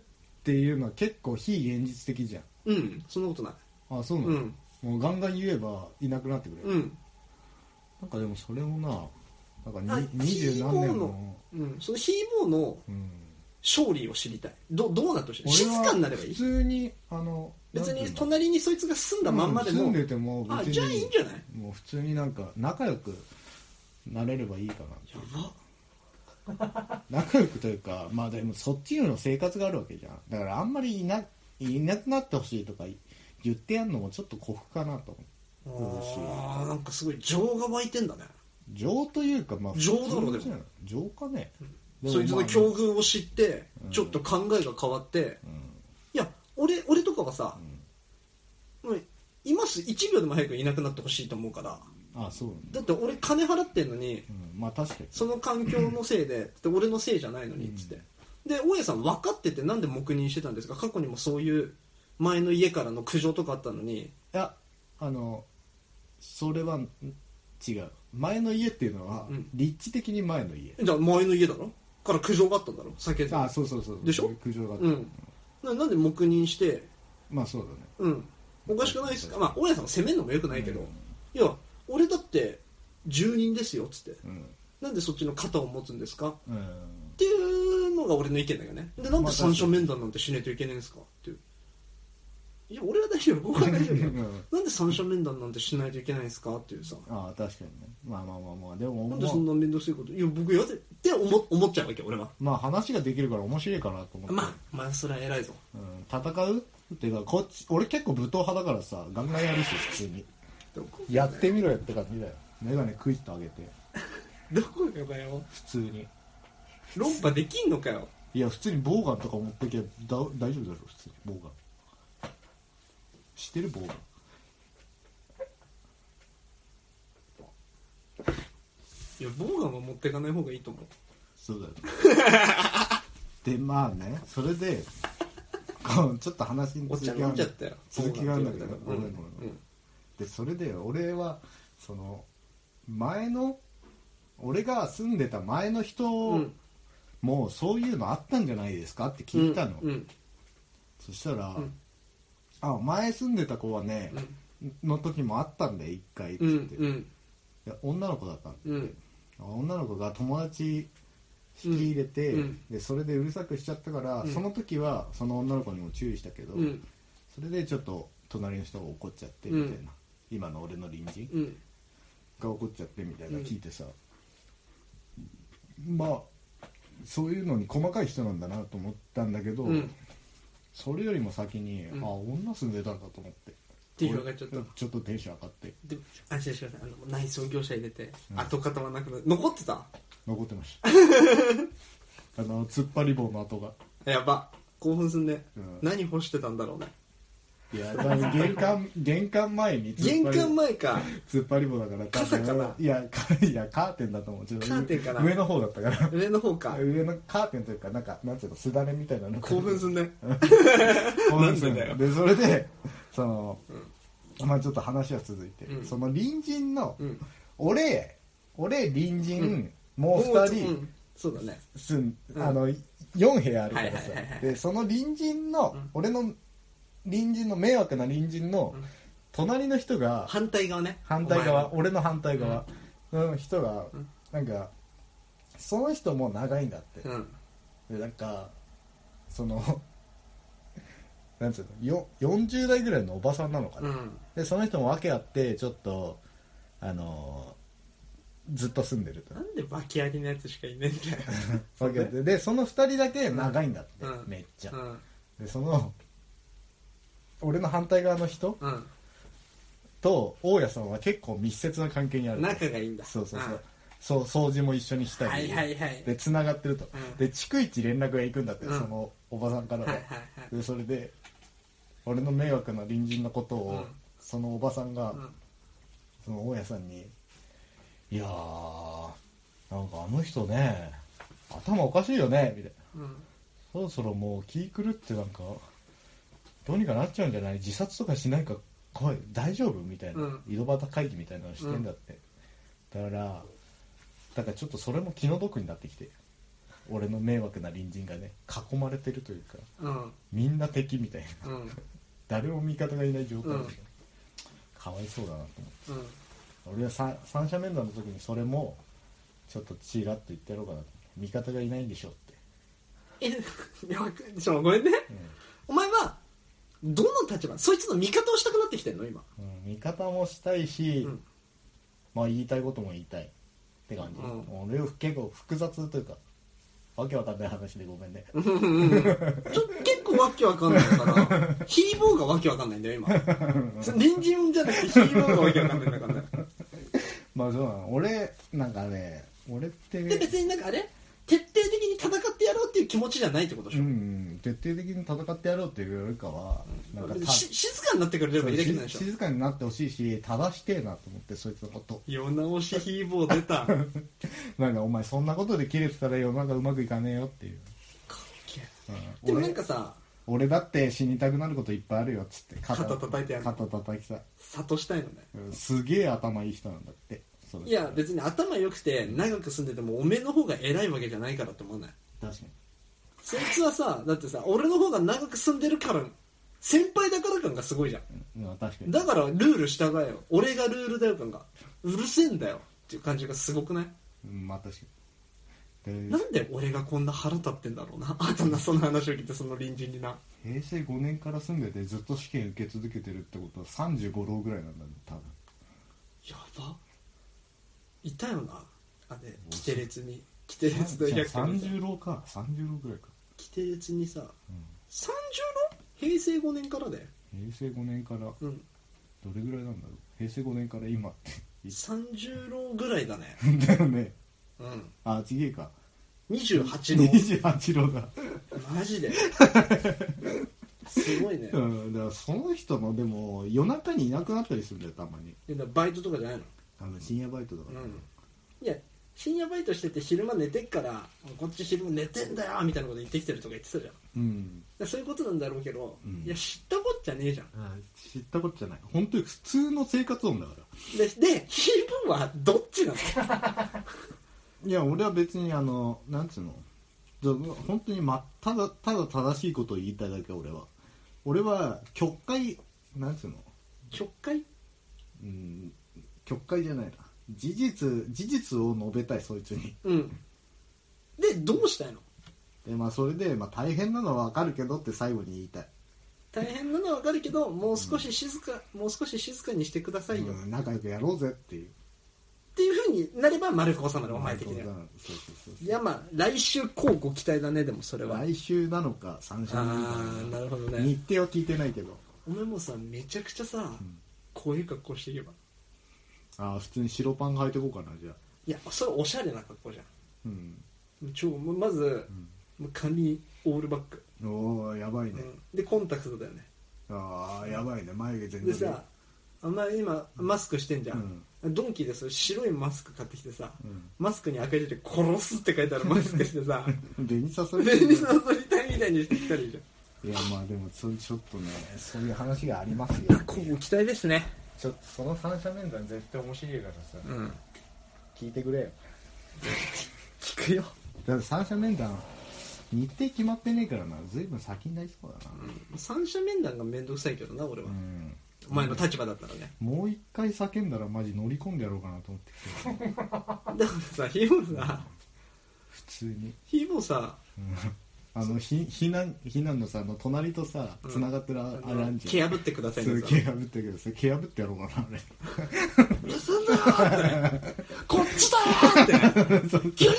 ていうのは結構非現実的じゃ
うんそんなことない
んあそうなの、
うん
もうガンガン言えばいなくなってくれる、
うん
なんかでもそれもなな
あ
んか二
ヒ
十
ー
何
ボー
年
の
も、
うん、そのヒーボーの
うん、
勝利を知りたいどどうなってほしい
俺
静
は
かになればい
普
い
通にあの
別
なん
に
ていうの
隣にそいつが住んだまんまでも、
うん住んでても
あ
別に
じゃあいいんじゃない
もう普通になんか仲良くなれればいいかな
やば
仲良くというかまあでもそっちの生活があるわけじゃんだからあんまりいないなくなってほしいとか言ってやるのもちょっと古服かなと思うし
あーなんかすごい情が湧いてんだね
情というかまあ
情だろ
普通の情かね、でも
そいつ
ま
の
あ
境遇を知って、ちょっと考えが変わって、いや俺俺とかはさ、もういます1秒でも早くいなくなってほしいと思うから
あそうなんだ、
だって俺金払ってんのに
うん、まあ確かに
その環境のせいでで俺のせいじゃないのにっつって、で大家さん分かっててなんで黙認してたんですか過去にもそういう前の家からの苦情とかあったのに
いやあのそれはん違う前の家っていうのは、
うん
立地的に前の家
じゃあ前の家だろから苦情があったんだろ酒で
あそうそうそう
でしょ
苦情があった、
うんななんで黙認して
まあそうだね
うんおかしくないですかまあ大家さんを責めるのもよくないけど、
うん
いや俺だって住人ですよっつって
うん
なんでそっちの肩を持つんですか
うん
っていうのが俺の意見だよねでなん
ま
で
あ
三者面談なんてしないといけないんですかっていういや俺は大丈夫僕は大丈夫
う
よ
ん
なんで三者面談なんてしないといけないんですかっていうさ
ああ確かにねまあまあまあまあでも
なんでそんな面倒くさいこといや僕やでって思思っちゃうわけ俺は
まあ話ができるから面白いかなと思って、
まあまあそれは偉いぞ
うん、戦うっていうかこっち俺結構武闘派だからさガンガンやるし普通に
どこ
やってみろよって感じだよメガネクイッと上げて
どこがだよ
普通に
論破できんのかよ
いや普通にボウガンとか持ってけばだ大丈夫だろ普通にボウガン知ってるボウガン
いやボーガンは持ってかない方がいいと思う
そう
[LAUGHS]
だよでまあねそれでこうちょっと話に
お
続き
茶飲
があ
んじゃ
る
ったよ
続きがあるんだけど
うん
ごめんごめんでそれで俺はその前の俺が住んでた前の人
うんうん
もそういうのあったんじゃないですかって聞いたの、
うん
そしたら、
うん
あ前住んでた子はね、の時もあったんだよ一回っつって、
うん
い
うん
や女の子だったんだ
う
よ
ん
女の子が友達引き入れて、
うんうん
でそれでうるさくしちゃったから、
うん
その時はその女の子にも注意したけど、
うん
それでちょっと隣の人が怒っちゃってみたいな、今の俺の隣人
うん
が怒っちゃってみたいな聞いてさ、まあそういうのに細かい人なんだなと思ったんだけど、
うん
それよりも先に、
ん
あ女住んでたんだと思って
テンション上がっちゃった
俺ちょっとテンション上がって
で安心してくださいあの内装業者入れて、跡形はなくな残ってた
残ってました
[LAUGHS]
あの突っ張り棒の跡が
やば興奮すんね、
うん
何干してたんだろうね
いやだから玄関玄関前に突っ
玄
張り
関前か
突っ張り棒だから
傘かない
やかいやカーテンだと思うちょっと
カーテンかな
上の方だったか
上の方から
上のカーテンというかなんかなんていうのすだれみたいなの
興奮すんね
なんで
なん
でそれでその、まあちょっと話は続いて、
うん
その隣人の、
うん
俺俺隣人、もう
も
2
うちょ
人、
うんそうだね
住ん
うん
あの4部屋あるからさ、
はいはいはいはい
でその隣人の、
うん
俺の隣人の迷惑な隣人の
うん
隣の人が
反対側ね
反対
お
側
前の
俺の反対側の人が、
うん
なんかその人も長いんだって、
うん
でなんかその [LAUGHS] なんつうのよ40代ぐらいのおばさんなのかな、
うん
でその人も訳あってちょっとあのーずっと住んでると
なんでバキ上げのやつしかいねえんだよ
訳あってでその2人だけ長いんだって、
うん
めっちゃ、
うん
でその俺の反対側の人
うん
と大家さんは結構密接な関係にあると
仲がいいんだ
そうそうそうそう掃除も一緒にしたり、
はいはいはい
で繋がってると、
うん
で逐一連絡が行くんだって、
うん
そのおばさんからは、
はいはいはい
でそれで俺の迷惑な隣人のことを、
うん
そのおばさんが、
うん
その大家さんに「いやーなんかあの人ね頭おかしいよね」みたいな
うん
「そろそろもう気狂ってなんかどうにかなっちゃうんじゃない自殺とかしないか声大丈夫?」みたいな、
うん
井戸端会議みたいなのしてんだって、だからだからちょっとそれも気の毒になってきて俺の迷惑な隣人がね囲まれてるというか
うん
みんな敵みたいな
うん
誰も味方がいない状態で、
うん
かわいそうだなと思って
うん
俺は三三者面談の時にそれもちょっとチラッと言ってやろうかなと味方がいないんでしょって、
え [LAUGHS] いやわかちょごめんねお前はどの立場そいつの味方をしたくなってきてんの今
うんうん味方もしたいし、
うん
まあ言いたいことも言いたいって感じ、
うん
俺は結構複雑というかわけわかんない話でごめんね、
うんうんうんちょ結構わけわかんない [LAUGHS] からヒーボーがわけわかんないんだよ今それ隣人じゃなくてヒーボーがわけわかんないんだ [LAUGHS] からね
[LAUGHS] まあそうなの俺なんかね俺 [LAUGHS] って
で別になんかあれ徹底的に戦ってやろうっていう気持ちじゃないってことで
う
しょ、
ん徹底的に戦ってやろうっていうよりかは、なんかた
し静かになってくれればいいだけなんでしょ
静かになってほしいし正してえなと思ってそいつのこと
世直しヒーボー出たかっ
なんかお前そんなことで切れてたら世の中うまくいかねえよっていう、
け
うん
えでも
俺
なんかさ
俺だって死にたくなることいっぱいあるよっつって
肩叩いてやる
肩叩きさ、
諭したいのね
うんすげえ頭いい人なんだってその人
いや別に頭良くて長く住んでてもおめえの方が偉いわけじゃないからって思わない
確かに
そいつはさだってさ俺の方が長く住んでるから先輩だから感がすごいじゃん
うんうん確かに
だからルール従えよ俺がルールだよ感がうるせえんだよっていう感じがすごくない
うんまあ確かにで
なんで俺がこんな腹立ってんだろうなあとなその話を聞いてその隣人にな
平成5年から住んでてずっと試験受け続けてるってことは35浪ぐらいなんだね多分
やばいたよなあれ規定列に規定列大百科にさ
30浪か30浪ぐらいか、
規定列にさ
う
30の平成5年からだよ
ん、平成5年からど
うん
れぐらいなんだろう平成5年から今って
30郎ぐらいだね
だよね
うん
あちげえか
28郎
28郎だ
マジですごいね
うんだからその人のでも夜中にいなくなったりするんだよたまに
いやだからバイトとかじゃないの
あの深夜バイトだか
う
ら、
んいや深夜バイトしてて昼間寝てっからこっち昼間寝てんだよみたいなこと言ってきてるとか言ってたじゃん
うん
でそういうことなんだろうけど、
うん
いや知ったこっちゃねえじゃん
あ知ったことじゃない本当に普通の生活音だから
でで昼はどっちなの
いや俺は別にあのなんつうのじゃあ本当にまただただ正しいことを言いたいだけ俺は俺は曲解なんつうの
直会
うん曲解じゃないな事実事実を述べたいそいつに
うんでどうしたいの
でまあそれで、まあ、大変なのはわかるけどって最後に言いたい
大変なのはわかるけどもう少し静か、もう少し静かにしてくださいよ、
う
っ
ん仲良くやろうぜっていう
ていうふうになれば丸く収まるお前的に
そう
は
そうそう
いやまあ来週こうご期待だねでもそれは
来週なのか三週なの
ああ
か
なるほどね
日程は聞いてないけど
お前もさめちゃくちゃさ、
ん
こういう格好していけば
ああ普通に白パン履いてこうかなじゃあ
いやそれおしゃれな格好じゃん
うん
超もうまず、もう髪オールバック、
おおやばいね、
うんでコンタクトだよね
ああやばいね眉毛全
で
然
さあんまり今マスクしてんじゃん
ん、
ドンキーでそれ白いマスク買ってきてさ、
うん
マスクに赤い字で「殺す」って書いてあるマスクして [LAUGHS] さ
紅さそれ
ベニサソリ隊みたいにしてきたらいいじゃん
いやまあでもそれちょっとねそういう話がありますよ
こうご期待ですね
ちょっとその三者面談絶対面白いからさ
うん
聞いてくれよ
聞くよ
だって三者面談日程決まってねえからな随分先になりそうだな
三者面談が面倒くさいけどな俺は、
うん
お前の立場だったらね
もう一回叫んだらマジ乗り込んでやろうかなと思ってきて
だからさひもさ
普通に
ひもさ
うんあのひ避難避難のさあの隣とさ
うん
つながってるあ,、あれあんじ
毛
ゃん
破ってください
そ
ね
れ
さ
毛破ってるけどそれ毛破ってやろうかなあれ
盗んだよーって
[LAUGHS]
こっちだよーって玄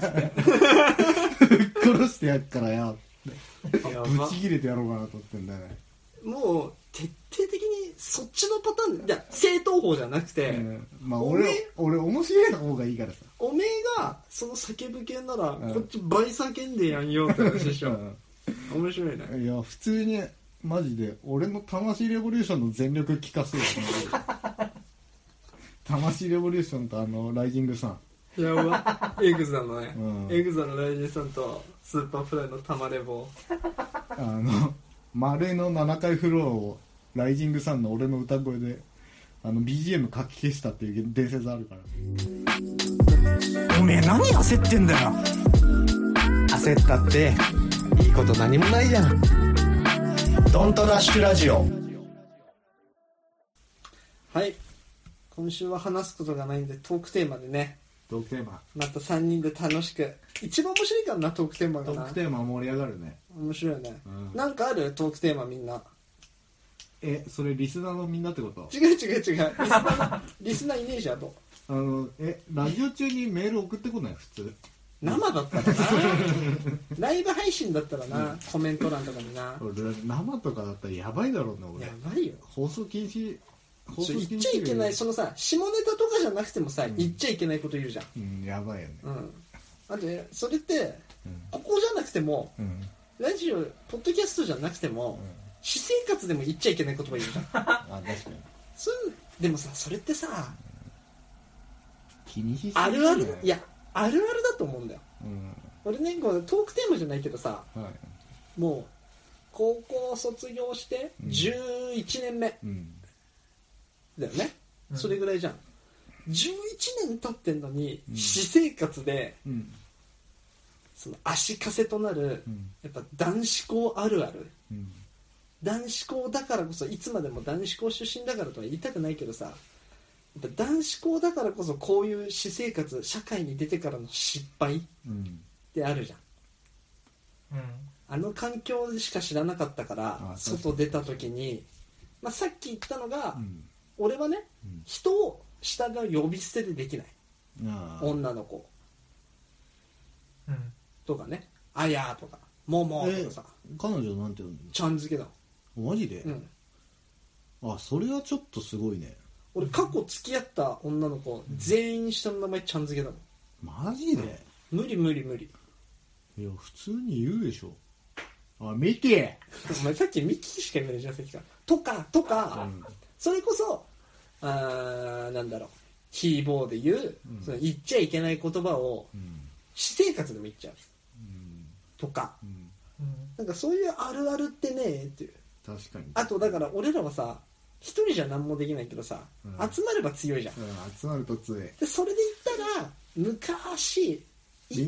関じゃね
殺してやっからよ
えぞーって
ぶち切れてやろうかなと思ってんだよね
もう徹底的にそっちのパターンいや正当法じゃなくて、
うんまあ
おめ
俺
え
俺面白い方がいいからさ
おめえがその叫ぶ系なら、
うん
こっち倍叫んでやんよって話でしょ
う
面白いね
んいや普通にマジで俺の魂レボリューションの全力聞かせよ [LAUGHS] 魂レボリューションとあのライジングさん
やばエグザのね、
うん
エグザのライジンさんとスーパーフライの玉レボ
あの丸の7階フロアをライジングさんの俺の歌声であの BGM 書き消したっていう伝説あるから
おめえ何焦ってんだよ焦ったっていいこと何もないじゃんドントラッシュラジオ
はい今週は話すことがないんでトークテーマでね
トークテーマ
また3人で楽しく一番面白いからなトークテーマが
ト
な
ークテーマ盛り上がるね
面白いよね、
うん
なんかあるトークテーマみんな
えそれリスナーのみんなってこと
違う違う違うリスナー [LAUGHS] リスナーいねえじゃんと
あのえラジオ中にメール送ってこない普通
生だったらなライブ配信だったらな、コメント欄とかにな
俺生とかだったらやばいだろうな俺
やばいよ
放送禁止放送
そう言っちゃいけないそのさ下ネタとかじゃなくてもさ、言っちゃいけないこと言うじゃん
うんやばいよね
うんあとねそれって
うん
ここじゃなくても
うん
ラジオポッドキャストじゃなくても、私生活でも言っちゃいけない言葉言うじゃん
あ確かに
そういうでもさそれってさ
気にしすぎ
あるある
だよ
いやあるあるだと思うんだよ
うん
俺ねこうトークテーマじゃないけどさ
はい
もう高校卒業して11年目
うん
だよね、
うん
それぐらいじゃん11年経ってんのに、
うん
私生活で
うん
その足かせとなる、
うん
やっぱ男子校あるある
うん
男子校だからこそいつまでも男子校出身だからとは言いたくないけどさやっぱ男子校だからこそこういう私生活社会に出てからの失敗っ
うん
てあるじゃん
うん
あの環境でしか知らなかったから
あそうそ
外
う
出た時に、まあ、さっき言ったのが、
うん
俺はね
うん
人を下が呼び捨てでできない
ああ
女の子
うん
とかね「あや」とか「もも」とかさ
彼女なんて呼んでる
ちゃんづけだも
のマジで、
ん、うん、
あそれはちょっとすごいね
俺過去付き合った女の子全員下の名前ちゃんづけだもん
マジで、
無理無理無理 [LAUGHS]
いや普通に言うでしょあ見て
お前さっきミッキーしか言わないじゃんさっきからとかとか、
うん
それこそあーなんだろうヒーボーで言う、
うん
その言っちゃいけない言葉を
うん
私生活でも言っちゃう
うん
とか
うん
うん
なんかそういうあるあるってねっていう
確かに
あとだから俺らはさ一人じゃ何もできないけどさ、
うん
集まれば強いじゃん
うん集まると強い
でそれで言ったら昔イ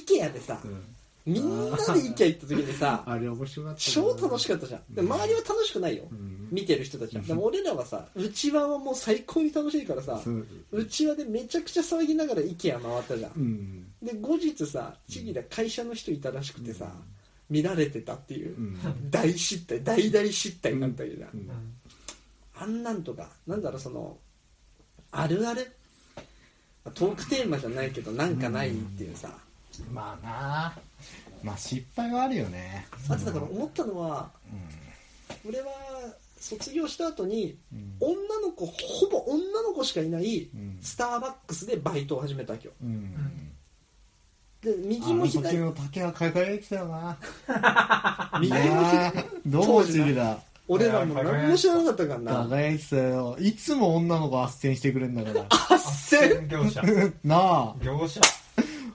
ケ IKEA でさ、
うん
みんなで IKEA 行った時にさ
[LAUGHS] あれ面白かった
超楽し
かっ
かったじゃんで周りは楽しくないよ、
うん
見てる人たちはでも俺らはさ内輪はもう最高に楽しいからさ
そう
内輪でめちゃくちゃ騒ぎながら IKEA 回ったじゃん
うん
で後日さチギラ会社の人いたらしくてさ、見られてたっていうう、
ん
大失態大大失態だったわけじゃん、
うん
うん
あんなんとかなんだろうそのあるあるトークテーマじゃないけどなんかないっていうさ、
まあなあまあ失敗はあるよね
あとだから思ったのは、俺は卒業した後に、
うん
女の子ほぼ女の子しかいない
うん
スターバックスでバイトを始めたわけよ
うん
で
あ
右も
の時
左も
の竹は輝いてたよな
右も左も
ねえどうちぎだ
俺らも何も知らなかったからな
輝いてたよいつも女の子斡旋してくれんだから
あっ [LAUGHS] せん
業者
なあ
業者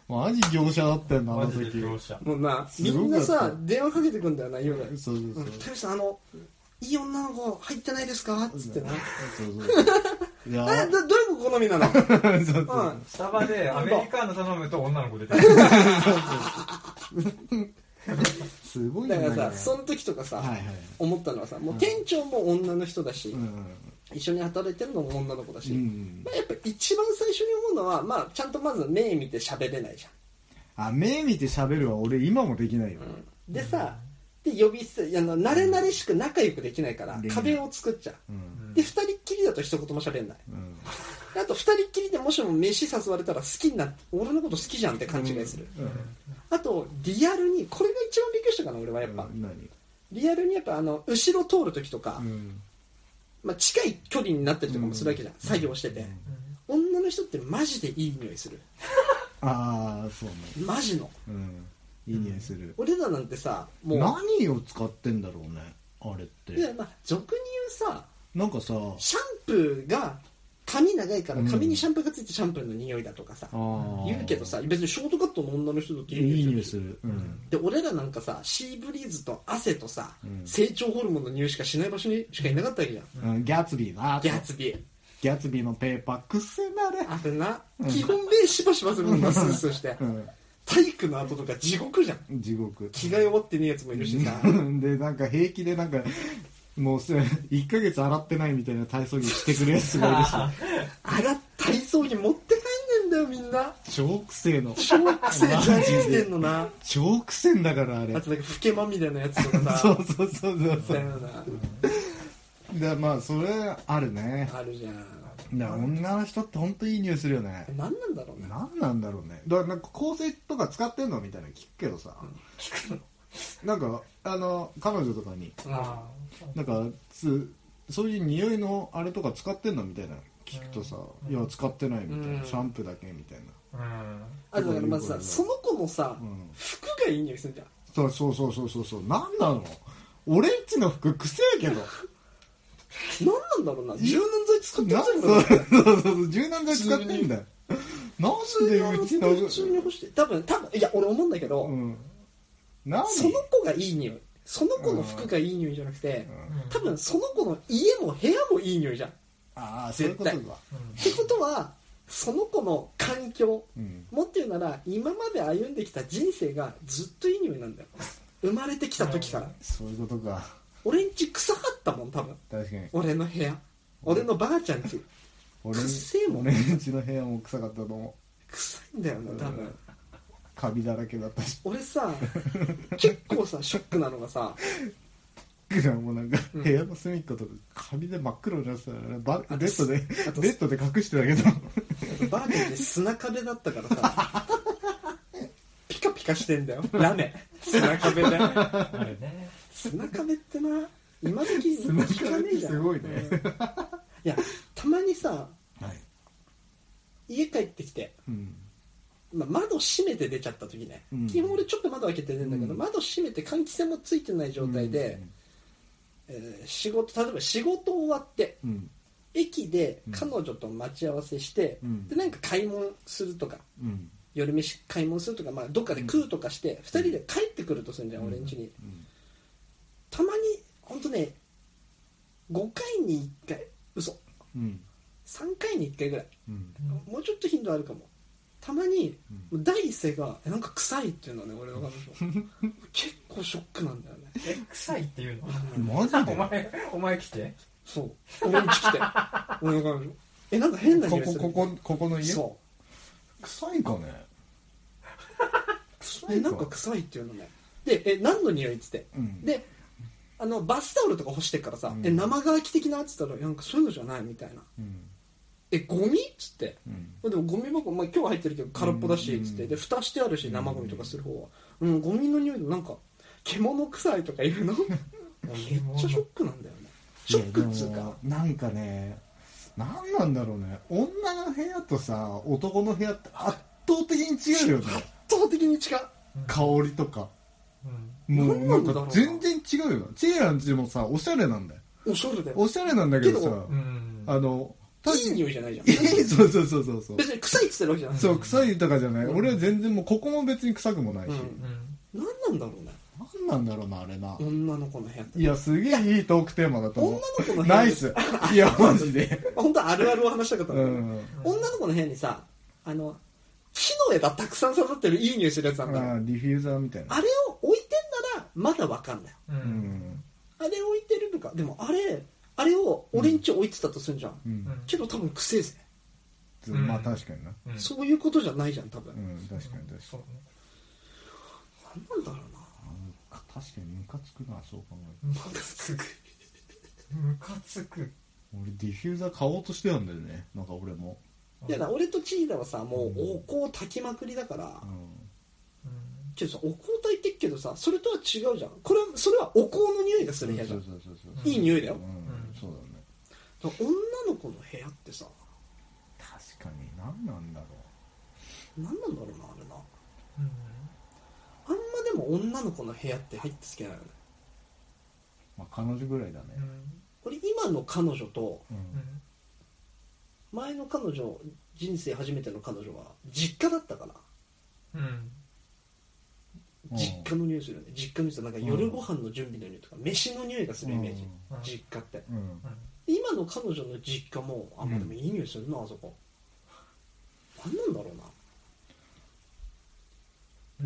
マジ業者だったよなあ
マ
の
ジで
時
業者
もうな
す
み
ごかった
んなさ電話かけてくんだよな夜
そうそうそう
「田口さんあのいい女の子入ってないですか?」っつってな「
そうそうそういや
えだどういう好みなの? 」
[LAUGHS] そうそう
うん
スタバでアメリカーノ頼むと女の子出てく
すごい
だ
よ
か
ね
らさその時とかさ、
はいはい
思ったのはさもう店長も女の人だし、
うん
一緒に働いてるのも女の子だし、
うん
まあ、やっぱ一番最初に思うのは、まあ、ちゃんとまず目見て喋れないじ
あ目見て喋るは俺今もできないよ
ゃん、うん、でさで呼び捨てあの慣れ慣れしく仲良くできないから
できない
壁を作っちゃう
うん
で2人っきりだと一言も喋んない
うん
あと2人っきりでもしも飯誘われたら好きにな俺のこと好きじゃんって勘違いする、あとリアルにこれが一番びっくりしたかな俺はやっぱ、
うん
リアルにやっぱあの後ろ通る時とか、
何うん
まあ、近い距離になったりとかもするわけじゃん、作業してて、女の人ってマジでいい匂いする
ああそうね
マジの
うんいい匂いする
俺らなんてさもう
何を使ってんだろうねあれっ
いや
て
まあ俗に言うさ
なんかさ
シャンプーが髪長いから髪にシャンプーがついてシャンプーの匂いだとかさ、
ああ
言うけどさ別にショートカットの女の人だって
いい
匂
匂
い
い
す
す
る
るうん
で俺らなんかさシーブリーズと汗とさ、
うん
成長ホルモンの匂いしかしない場所にしかいなかったわけじゃん
うんギャツビーな
ギャツビー
ギャツビーのペーパーくせなれ
あれな基本目しばしばするんだスースーして
う
体育の後とか地獄じゃん
ん地獄
着替え終わってねえやつもいるしさ
でなんか平気でなんかもうす1ヶ月洗ってないみたいな体操着してくるやつがいるし
洗った体操着持って帰んねんだよみんな
超癖 [LAUGHS] の
超癖ジャージしてんのな
超癖んだからあれ
あとなんか老けまみれのやつとか
そ
さ
うそうそうそう
み
そ
たいうなな
だまあそれあるね
あるじゃん
だから女の人ってほんといい匂いするよね
何なんだろうな
何なんだろうねだからなんか香水とか使ってんのみたいなの聞くけどさなんかあの彼女とかに
あ
なんかつそういう匂いのあれとか使ってんのみたいなの聞くとさ、
うん
いや使ってないみたいな、
うん
シャンプーだけみたいな、
あうん
あとだからまずさその子のさ
うん、
服がいい匂いするじゃん
そうそうそうそうそうそうなんなの俺んちの服くせえけど
何なんだろうな柔軟剤使って
な
ま
そ
せ
うんそう
か
そうそう柔軟剤使ってんだよなんでうちの
普通に干して多分多分いや俺思うんだけど、
うんなんで
その子がいい匂いその子の服がいい匂いじゃなくて、
うん
多分その子の家も部屋もいい匂いじゃんっ
ああそういうことだ
絶てことはその子の環境
うん
もっと言うなら今まで歩んできた人生がずっといい匂いなんだよ生まれてきた時から、
そういうことか
俺んち臭かったもん多分
確かに
俺の部屋俺のばあちゃんち
俺
くっせえもん
俺んちの部屋も臭かったと思う
臭いんだよな多分、
うんカビだらけだったし
俺さ結構さショックなのがさ
もうなんか
うん
部屋の隅っことか紙で真っ黒になってたからバベ
あと
ッドで
あと
ベッドで隠してたけど
バーゲンって砂壁だったか
[LAUGHS]
らさピカピカしてんだよラメ砂壁で
あれね
砂壁ってな今時聞かねえじゃ
砂壁って
ん
すごいね
うんいやたまにさ
はい、
家帰ってきて、
うん、
まあ、窓閉めて出ちゃった時ね、
うん
基本俺ちょっと窓開けて出るんだけど、
うん
窓閉めて換気扇もついてない状態で、えー仕事例えば仕事終わって
うん、
駅で彼女と待ち合わせして、
うん
でなんか買い物するとか
うん
夜飯買い物するとか、まあ、どっかで食うとかして、二2人で帰ってくるとするんじゃん、俺ん家に
うん
たまに本当ね5回に1回嘘
うん
3回に1回ぐらい、
うん
もうちょっと頻度あるかもたまに
う
もう第一声が「えなんか臭い」っていうのはね俺の彼
[LAUGHS]
女結構ショックなんだよね
え臭いって言うの
マジ
お
で
前お前来て
そう俺ん家来て俺の彼女えなんか変な
こ
匂いす
こ
る
ここここの家
そ
臭いかね
うえなんか臭いっていうのねでえ何の匂いっつって
うん
であのバスタオルとか干してっからさ「
うん
え生乾き的な?」っつったらいや「なんかそういうのじゃない」みたいな
うん
「えゴミ?」っつって
うん
でもゴミ箱、まあ、今日は入ってるけど空っぽだし、
うん
つってで蓋してあるし生ゴミとかする方はうんゴミの匂いでなんか獣臭いと
[LAUGHS]
か言うのめっちゃショックなんだよねショックっつう
いや
か
でもなんかね何なんだろうね女の部屋とさ男の部屋って圧倒的に違うよね
[LAUGHS] 圧倒的に違う
香りとか
うん
もう
何
な
なん
ん
だろう
か
な
全然違うよチェーランちもさおしゃれなんだよ
おしゃれだよ
おしゃれなんだけど
け
さ
ど
うん
あの
いい匂いじゃないじゃん
い [LAUGHS] そうそうそうそうそう
別に臭いっつってるわけじゃない
そう臭いとかじゃない、
うん
俺は全然もうここも別に臭くもないし、
うん
うん
何なんだろうね
なんなんだろうなあれな、
女の子の部屋って
いやすげえいいトークテーマだと
女
思
の
う
子の部屋
ナイスいやマジで
[LAUGHS] 本当あるあるを話したかったん
う
だけど、
ん
女の子の部屋にさあの木の枝たくさん刺さってるいい匂いするやつ
あ
あんだよ
ーディフューザーみたいな
あれを置いてんならまだわかんない
うん
う、ん
あれ置いてるとかでもあれあれを俺んち置いてたとするじゃん、
うん
うん
けど多分くせえぜ、
うん
まあ確かにな
うん
そういうことじゃないじゃん多分、
う
なん、
ん確かに確か
そう
に
ね
なんだろうな
あ確かにムカつくなそう考え
ムカつくムカつく
る俺ディフューザー買おうとしてたんだよねなんか俺も
いやだ俺とチーダはさもう
うん
お香炊きまくりだから、
うん
うん
けどさお香炊いてっけどさそれとは違うじゃんこれそれはお香の匂いがする部屋じ
そ
ゃん、
うそうそうそう
うん
いい匂いだ
う
よ、
んそうだね
だから女の子の部屋ってさ
確かに何なんだろ
何なんだろうなあれな
うん
あんまでも女の子の部屋って入って好きなのよね
うまあ彼女ぐらいだ
う
ね
ん
俺今の彼女と
うん
前の彼女人生初めての彼女は実家だったから
うん
うん
実家の匂いするよね実家の匂いするなんか夜ご飯の準備の匂いとか飯の匂いがするイメージ
うん
実家って
うんうん
今の彼女の実家もあんまでもいい匂いするなあそこ何なんだろうな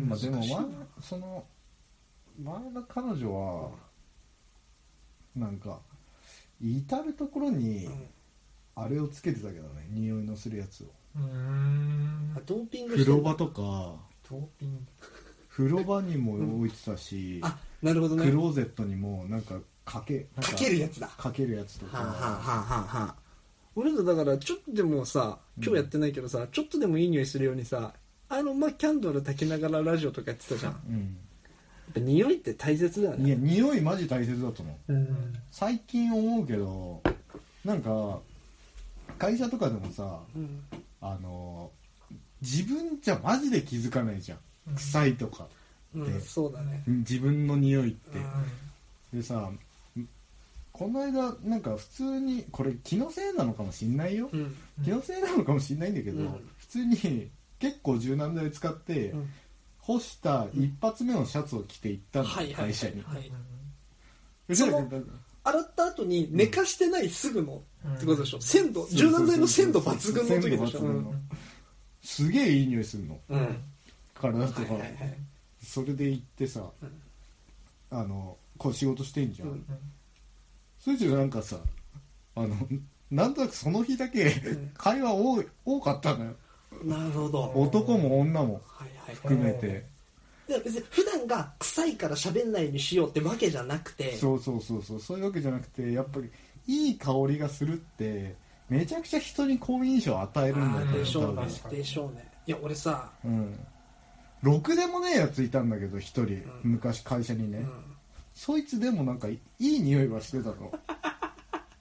うん
まあでも
難しいな
前その前の彼女はなんか至る所に
うん
あれをつけてたけどね匂いのするやつを
うん
あドーピングして
風
んだ
呂場とか
ドーピン
風呂場にも置いてたし、
あなるほどね
クローゼットにもなんかかけなん
かけるやつだ
かけるやつとか、
はあ、はあはあはあはあ、俺らだからちょっとでもさ今日やってないけどさ、ちょっとでもいい匂いするようにさあのまあキャンドル焚きながらラジオとかやってたじゃんや
うん、
っぱ匂いって大切だよ
い
ね
や匂いマジ大切だと思う
うん
最近思うけどなんか会社とかでもさ
うん
あの自分じゃマジで気づかないじゃん
うん
臭いとか
うん、そうだね
自分の匂いって
うん
でさこの間なんか普通にこれ気のせいなのかもしんないよ
うん
気のせいなのかもしんないんだけど、
うん
普通に結構柔軟剤使って、
うん
干した一発目のシャツを着て行ったの、
はいはい
会社に、
はい
で
その
なんか
洗った後に寝かしてないすぐの
うん
ってことでしょ鮮
そ
度
うそうそう
柔軟剤の鮮度抜群の時でしょ
鮮度抜群の
うん
すげえいい匂いするの
うん
体と
はい
か、
はいはい
それで行ってさ、
ん
あのこう仕事してんじゃん、
うん
それじゃなんかさあのなんとなくその日だけ
ん
会話多い多かったのよ
なるほど
お
男も女も
はいはいはい
含めて
だから別に普段が臭いから喋んないようにしようってわけじゃなくて
そうそうそうそうそういうわけじゃなくてやっぱりいい香りがするってめちゃくちゃ人に好印象を与えるんだ
あ
よ
ーでしょう
多
ね
分
確かに
でしょうねいや俺さ、
うんろくでもねえやついたんだけど一人、
うん
昔会社にね、
うん、
そいつでもなんかいい匂いはしてたの、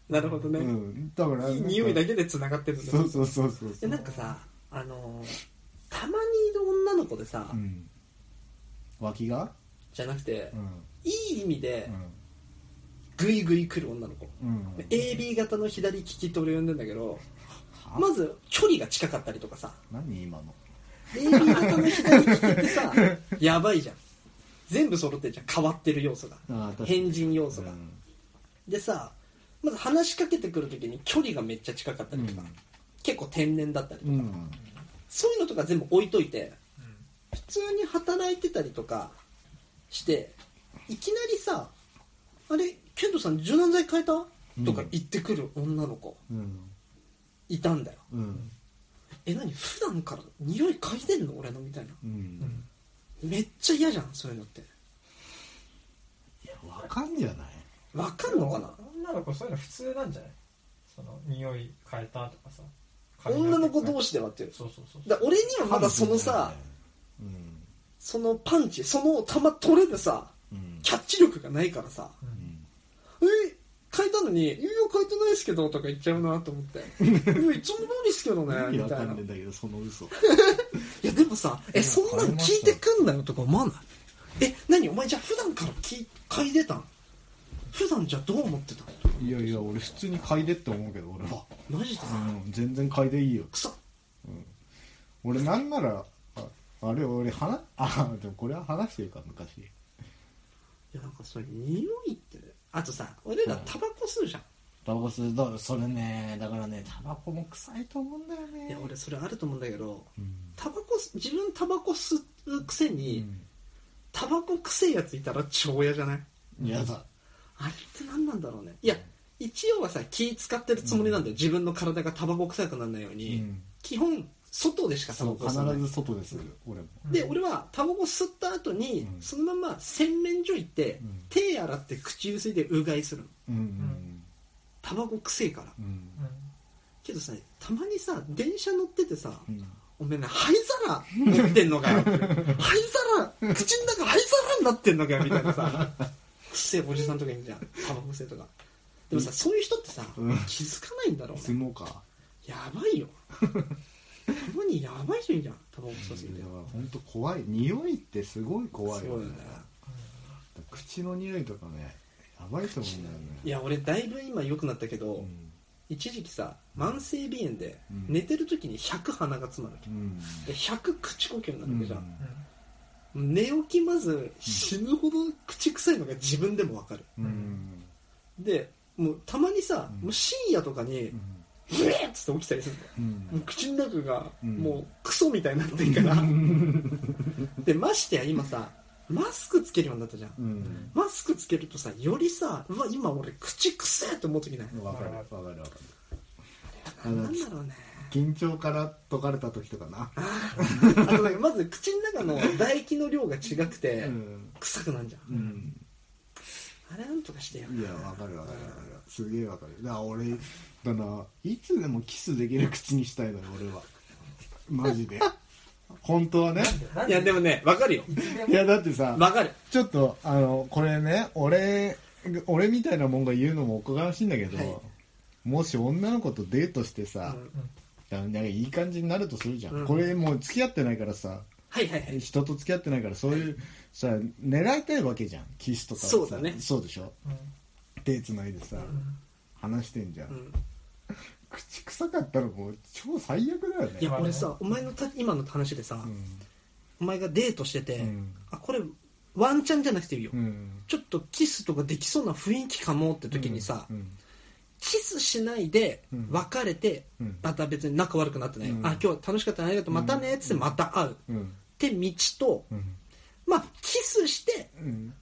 なるほど
う
ね、
ん、だから
いい匂いだ
け
けでつながってるんだ
そうそうそうそう
で
そう
なんかさあのーたまにいる女の子でさ、
うん脇が
じゃなくて、
うん
いい意味で
うん
ぐぐいぐい来る女の子
うん
AB 型の左利きって俺呼んでんだけど
は
まず距離が近かったりとかさ
何今の
AB 型の左利きっ
[LAUGHS]
てさやばいじゃん全部揃ってるじゃん変わってる要素が
ああ確かに
変人要素
う
が、
ん
でさまず話しかけてくるときに距離がめっちゃ近かったりとか、
うん
結構天然だったりと
う
か、
ん
そういうのとか全部置いといて普通に働いてたりとかしていきなりさ「あれケントさん柔軟剤変えた?」とか言ってくる女の子
うん
いたんだよ
うん
「え何普段から匂い嗅いでんの俺の」みたいな
うん
めっちゃ嫌じゃんそういうのって
わかんじゃない
わかんのかな
女の子そういうの普通なんじゃないその匂い変えたとかさ
女の子同
士
士ではってる
そうそうそう
だ俺にはまだそのさ
うん
そのパンチその球取れるさ
うん
キャッチ力がないからさ
う
うんん
え変えたのに「いや変えてないですけど」とか言っちゃうなと思って「いやいつも通りですけどね
[LAUGHS] 意」味
み
わ
た
か
い
ん
な
ねえんだけどその嘘
いやでもさえ
うん
そんなん聞いてくんなよとか思わないえ何お前じゃあ普段から聞嗅いでたん普段じゃどう思ってたの
いやいや俺普通に嗅いでって思うけど俺は
マジで
うん全然嗅いでいいよ
くそ
俺なんならああれ俺話あでもこれは話してるか昔
いやなんかそれ匂いってあとさ俺らタバコ吸うじゃん、
タバコ吸うだそれねだからねタバコも臭いと思うんだよね
いや俺それあると思うんだけど
うん
タバコ吸自分タバコ吸うくせに、
う
タバコくせえやついたら超嫌じゃない
んやだ
あれって何なんだろうねいや一応はさ気使ってるつもりなんだよ、自分の体がタバコ臭くならないよう
う
に、
ん
基本外でしかタ
そ
バ
う
コ吸わない
必ず外でする俺も
で俺はタバコ吸った後に、
うん
そのまま洗面所行って、
うん
手洗って口ゆすいでうがいするの
うん
タバコくせえから
うんうん
けどさたまにさ電車乗っててさ、
うん
おめえな灰皿持ってんのかよ灰皿口の中灰皿になってんのかよみたいなさくせえおじさんとかいるじゃんタバコくせえとかでもさそういう人ってさ、
うん
気づかないんだろう
相
ね
撲か
やばいよたまにやばい人いるじゃんタバコ
い
臭すぎて
や本当怖い匂いってすごい怖いよね
そうだよね
口の匂いとかねやばいと思うんだよね
いや俺だいぶ今良くなったけど、
うん
一時期さ慢性鼻炎で
うん
寝てる時に100鼻が詰まるわけ
うん
で100口呼吸になるわけじゃん、
う
寝起きまず死ぬほど口臭いのが自分でもわかる
うん
でもうたまにさ、
うん
もう深夜とかに
う
「うえっ!」つって起きたりするの
ん
もう口の中が
うん
もうクソみたいになってる
[LAUGHS]
から、でましてや今さマスクつけるようになったじゃん、
うん
マスクつけるとさよりさうわ今俺口くせえって思う時ない
わかるわかるわかるあの
なんだろうね
緊張から解かれた時とかな
あとなんかまず口の中の唾液の量が違く
う
て
ん
臭くなんじゃ
う
ん、
ん
あれなんとかしてよ
いやわかるわかるわかるすげえわかるだから俺だからいつでもキスできる口にしたいのよ俺はマジ [LAUGHS] で本当はね
ん
いやでもねわかるよ
いやだってさ
わかる
ちょっとあのこれね俺俺みたいなもんが言うのもおこがましいんだけど、
はい
もし女の子とデートしてさ
う、ん
なんかいい感じになるとするじゃん、
うん
これもう付き合ってないからさ
はいはいはい
人と付き合ってないからそういうさ狙いたいわけじゃんキスとかさ
そうだね
そうでしょ
嗯
手つないでさ、話してんじゃん、
うん
口臭かったらもう超最悪だよね
いや
まあね
俺さお前のた今の話でさ、
うん
お前がデートしてて、
うん
あこれワンチャンじゃなくていいよ、
うん
ちょっとキスとかできそうな雰囲気かもって時にさ、
うん
キスしないで
うん
別れて、
うん
また別に仲悪くなってない、
うん
あ今日は楽しかったねありがとうまたねっつってまた会う、っ
うん
て道と
うん
まあキスして
うん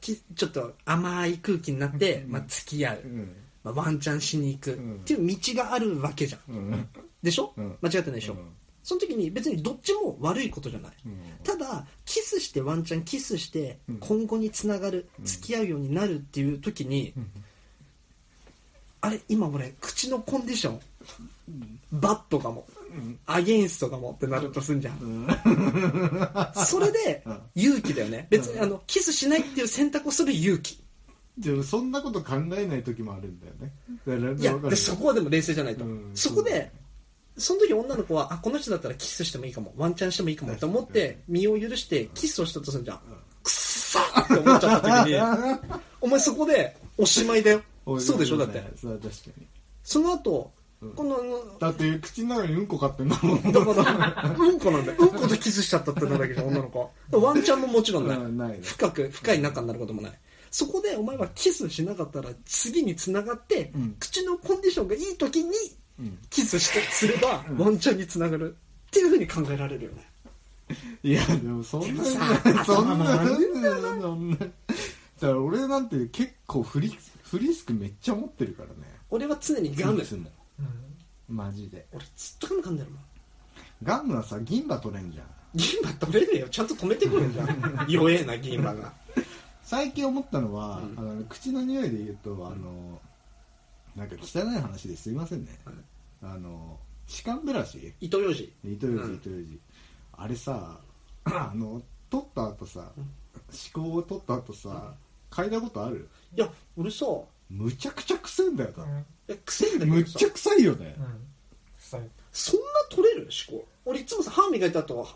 きちょっと甘い空気になって、
うん
まあ、付き合う、
うん
まあ、ワンチャンしに行く、
うん
っていう道があるわけじゃん
うん
でしょ、
うん
間違ってないでしょ、
うん
その時に別にどっちも悪いことじゃない、
うん
ただキスしてワンチャンキスして
うん
今後につながる、付き合うようになるっていう時に、
ん
あれ今俺口のコンディション、バットかも、アゲインストかもってなるとすんじゃん、それで勇気だよね別にあのキスしないっていう選択をする勇気
でもそんなこと考えない時もあるんだよねだから
いや
わかる
でそこはでも冷静じゃないと、
うん
そこでその時女の子はあこの人だったらキスしてもいいかもワンチャンしてもいいかもと思って身
[LAUGHS]
を許してキスをしたとするじゃん、くっさって思っちゃった時にお前そこでおしまいだよ
おい
そうでしょだ
ご
っ
めん
て
なさいそれは確かに
その後この
だって口の中にうんこ買ってんだもん [LAUGHS]
だからうんこなんだようんことキスしちゃったってなだけじゃん女の子はワンチャンももちろんない
うんないね
深く深い仲になることもないそこでお前はキスしなかったら次につながって、
うん
口のコンディションがいい時に
うん
キスしてすれば、ワンチャンにつながるっていうふうに考えられるよね
いやでもそんなそんな [LAUGHS] そんなそんなだから俺なんて結構フリフリスクめっちゃ持ってるからね
俺は常にガム
いつも
うん
マジで
俺ずっとガム噛んでるもん
ガムはさ銀歯取れんじゃん
銀歯取れねえよちゃんと止めてくるんじゃ
[LAUGHS]
ん弱えな銀歯が
最近思ったのは、
うん
あの口の匂いで言うとあのなんか汚い話ですいませんね、あの歯間ブラシ
糸ようじ
糸よう
うん
じ糸ようじあれさ [CLEARS THROAT] あの取った後さ
うん
思考を取った後さ嗅いだことある
いや俺さ
むちゃくちゃ臭いんだよ多
う
分
ん
いや癖んだけ
む
ど
っ
さ
ちゃ臭いよね
うん臭い
そんな取れる思考俺いつもさ歯磨いた後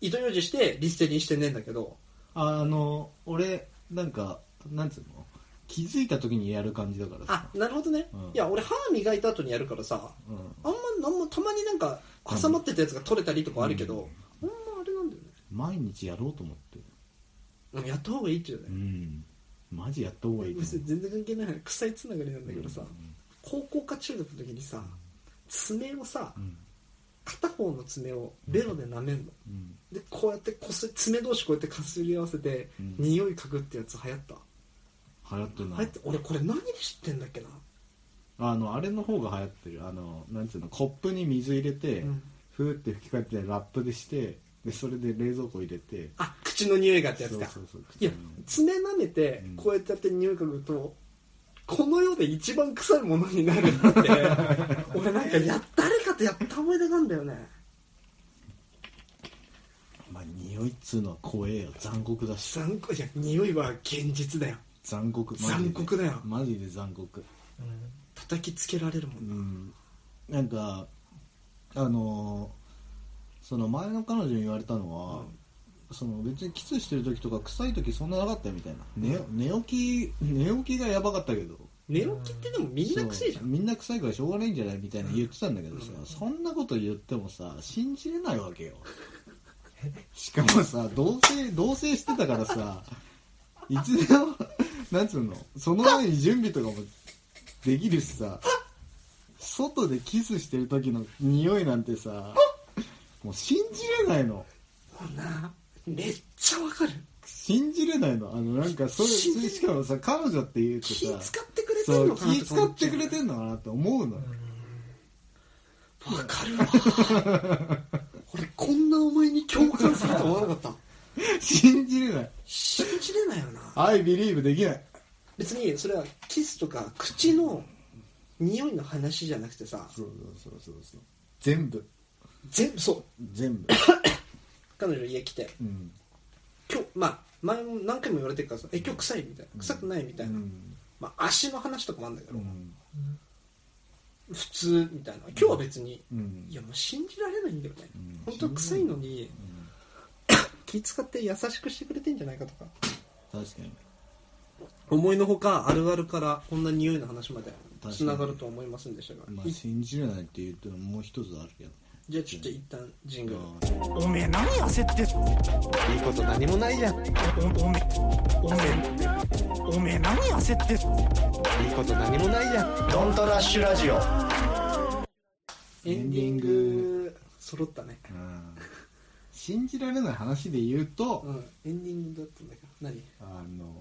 糸ようじしてリステリンしてねえんだけど
あの俺なんかなんつうの気づいた時にやる感じだから
あなるほどね、
うん
いや俺歯磨いた後にやるからさ
うん
あんまなんもたまになんか挟まってたやつが取れたりとかあるけど、あんまあれなんだよね
毎日やろうと思って
うんやった方がいいって言う
う
ね、
んマジやった方がいいと
別
思
に全然関係ない話臭いつながりなんだけどさ、高校か中学の時にさ爪をさ
ううん
片方の爪をベロで舐めんの、
うん
でこうやってこす爪同士こうやってかすり合わせて、
うん
匂い嗅ぐってやつ流行った、
流行ってる
流
な
行って俺これ何で知ってんだっけな、
あのあれの方が流行ってるあのなんつうのコップに水入れて、
うん
ふーって吹きかけてラップでしてでそれで冷蔵庫入れて
あ口の匂いがってやつか
そうそうそう
いや爪舐めて
うん
こうやってやって匂い嗅ぐとこの世で一番臭いものになるって
[LAUGHS]
俺なんかや誰かとやった思い出なんだよね
まあ匂いっつうのは怖えよ残酷だし
残酷いや匂いは現実だよ
残酷マジで
残酷だよ
マジで残酷
うん
叩きつけられるも
うんんなんかあのーその前の彼女に言われたのは、その別にキスしてる時とか臭い時そんななかったみたいな、寝寝起き寝起きがやばかったけど
寝起きってでもみんな臭いじゃ
そうんみんな臭いからしょうがないんじゃないみたいな言ってたんだけどさ、そんなこと言ってもさ信じれないわ
[LAUGHS]
けよしかもさ同棲同棲してたから
[LAUGHS]
さいつでもなんつうのその前に準備とかもできるしさ外でキスしてる時の匂いなんてさもう信じれないの
ほんなめっちゃわかる
信じれないのあのなんかそれ
信じれない
しかもさ彼女って言うとさ
気使ってくれて
そ
ん
う
のかな
気
とか
使
思
っ
ち
て
ゃう
くれてんのかなって思うのよ、
嗯
わかるわ [LAUGHS] 俺こんなお前に共感すると思わなかった
信じれない
信じれないよな
I believe できない
別にそれはキスとか口の匂いの話じゃなくてさ
そうそうそうそうそう全部
全部そう
全部
彼女家来て
うん
今日まあ前も何回も言われてるからさ「え今日臭い?」みたいな「臭くない?」みた
う
いな、
ん
まあ、足の話とかもあるんだけ
う
ど、
ん
普通みたいな今日は別に、
うん
いやもう信じられないんだよね、
うん
本当臭いのに、気使って優しくしてくれてんじゃないかとか
確かに
思いのほかあるあるからこんな匂いの話まで
かに
つながるとは思いませんでしたが、
まあ
い
信じれないって言うともう一つあるけどね
じゃあちょっと一旦ジングル
おめえ何焦って
いいこと何もないじゃんいい
おおめおめおめえ何焦って
こと何もないじゃん
ドントラッシュラジオ
エンディング揃ったね
うん信じられない話で言うと、
うんエンディングだったんだけど何
あの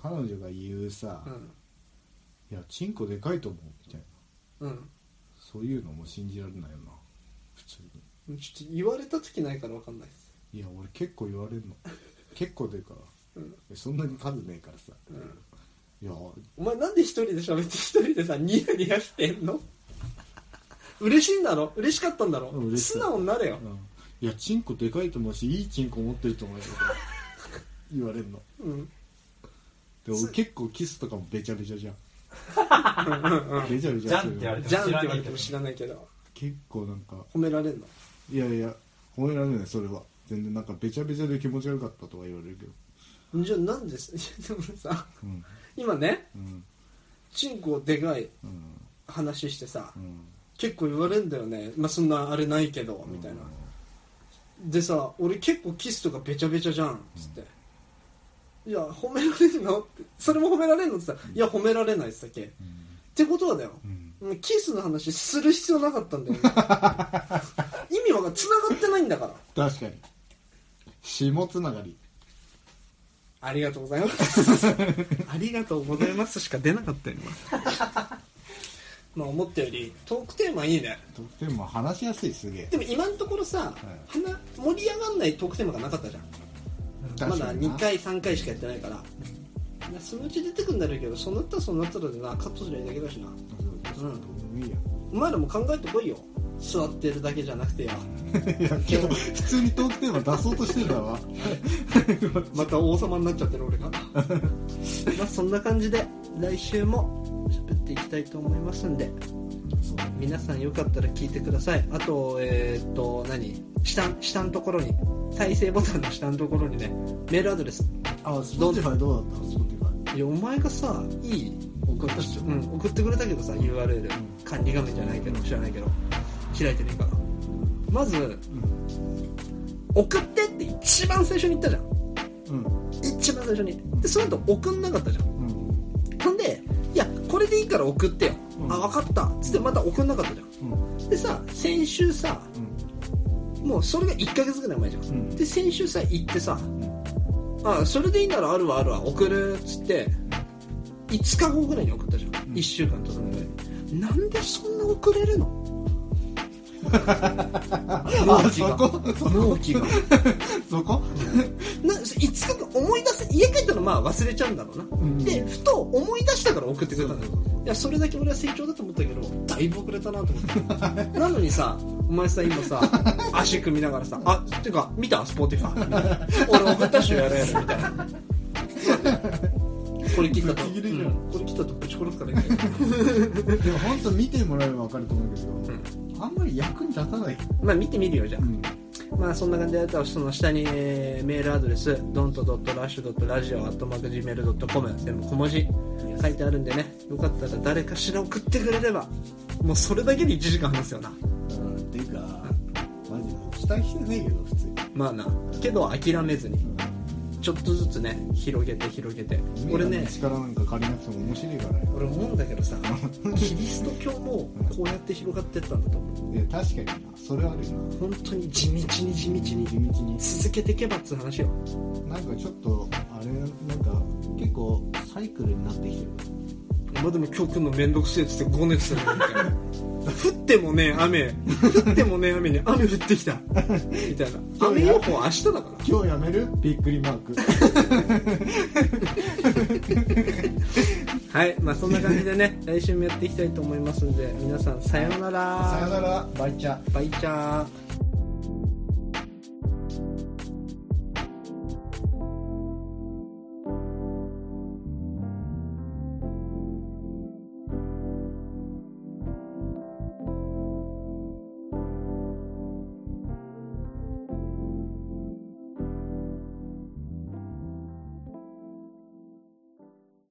彼女が言うさ、
うん
いやチンコでかいと思うみたいな
うん
そういうのも信じられないよな普通に
ちょっと言われた時ないから分かんないです
いや俺結構言われるの結構でか、
うん
そんなに数ねえからさ、いや
お前なんで一人で喋って一人でさニヤニヤして
[LAUGHS]
んの嬉しいんだろ嬉しかったんだろ
うん嬉しい
素直になれよ、
うんいやチンコでかいと思うしいいチンコ持ってると思うよ言われるの
うん、
で俺結構キスとかもべちゃべちゃじゃんべちゃべちゃする
じゃんって言われて
じゃんって言われても知らないけど
結構なんか
褒められんの
いやいや褒められないそれは全然なんかべちゃべちゃで気持ち悪かったとは言われるけど
[LAUGHS] じゃあなんですでもさ
うん
今ね
うん
チンコでかい
うん
話してさ、
うん
結構言われんだよねまあそんなあれないけどみたいな、でさ俺結構キスとかべちゃべちゃじゃんつって、いや褒められるのってそれも褒められるのってさ、いや褒められないっつったっけ、ってことはだよ、
うん
もうキスの話する必要なかったんだよ、ね、意味わかん繋がってないんだから
確かに下つながり
ありがとうございます [LAUGHS] ありがとうございますしか出なかったよ今 [LAUGHS] まあ思ったよりトークテーマいいね
とっても話しやすいすげえ
でも今のところさ、はな盛り上がんないトークテーマがなかったじゃんま
確か
だ
にな
2回3回しかやってないからなそのうち出てくんだろうけどそうなったらそうなったらでなカットすりゃいいだけだしな
そうそうそういいよ
お前らも考えてこいよ座ってるだけじゃなく [LAUGHS] てよ
いやけど普通にトークテーマ出そうとしてたわ
また王様になっちゃってる俺 [LAUGHS] がまあそんな感じで来週も喋っていきたいと思いますんで
そう
皆さんよかったら聞いてくださいあとえーっと何下下のところに再生ボタンの下のところにねメールアドレス
あ Spotify どうだった Spotify
いやお前がさいい送って,、うん、送ってくれたけどさ URL、管理画面じゃないけど知らないけど開いてねえからまず、送ってって一番最初に言ったじゃん
うん
一番最初にでその後送んなかったじゃん
うん
ほんでいやこれでいいから送ってよ、
うん
あ分かったつってまた送んなかったじゃ
うん
んでさ先週さもうそれが1ヶ月ぐらい前じゃん、
ん
で先週さ行ってさ、あそれでいいならあるわあるわ送るっつって5日後ぐらいに送ったじゃん、1週間とかぐらいなんでそんな送れ
[LAUGHS]
るの納期が
あそこそこ
納
[LAUGHS]
期が
そこ
な5日間思い出せ家帰ったのまあ忘れちゃうんだろうな、
ん
でふと思い出したから送ってくれたのよ
そうそうそう
いやそれだけ俺は成長だと思ったけどだいぶ遅れたなと
[LAUGHS]
思ってなのにさお前さ今さ足組みながらさあっていうか見たスポーティファイ俺送ったっしょやれやれみたいなこれ切ったと、
ぶち切れじゃん
うんこれ切ったとぶち殺すからね
でも本当見てもらえば分かると思うけど、あんまり役に立たない、
まあ見てみるよじゃあ、
ん
まあそんな感じであとはその下に、えーメールアドレス don't.rush.radio.gmail.com 全部小文字書いてあるんでねよかったら誰かしら送ってくれればもうそれだけで1時間話すよ
う
な
ん、っていうかマジで期待してないけど普通に、
まあなけど諦めずにちょっとずつね広げて広げて
うん、
俺
メガネ
ね
の力なんか借りなくても面白いからよ
俺思うんだけどさキリスト教もこうやって広がってったんだと思う
いや確かになそれはあるよな
本当に地道に地道に
地道に
続けていけばっつう話よ
なんかちょっとあれなんか結構サイクルになってきてる
まあでも今日来るのめんどくせえっつってごねてたのみたいな [LAUGHS] 降ってもね雨降ってもね雨に雨降ってきたみたいな雨予報明日だから
今日やめるびっくりマー [LAUGHS] ク
はいまあそんな感じでね来週もやっていきたいと思いますんで皆さんさようなら
さよならバイチャ
バイチャー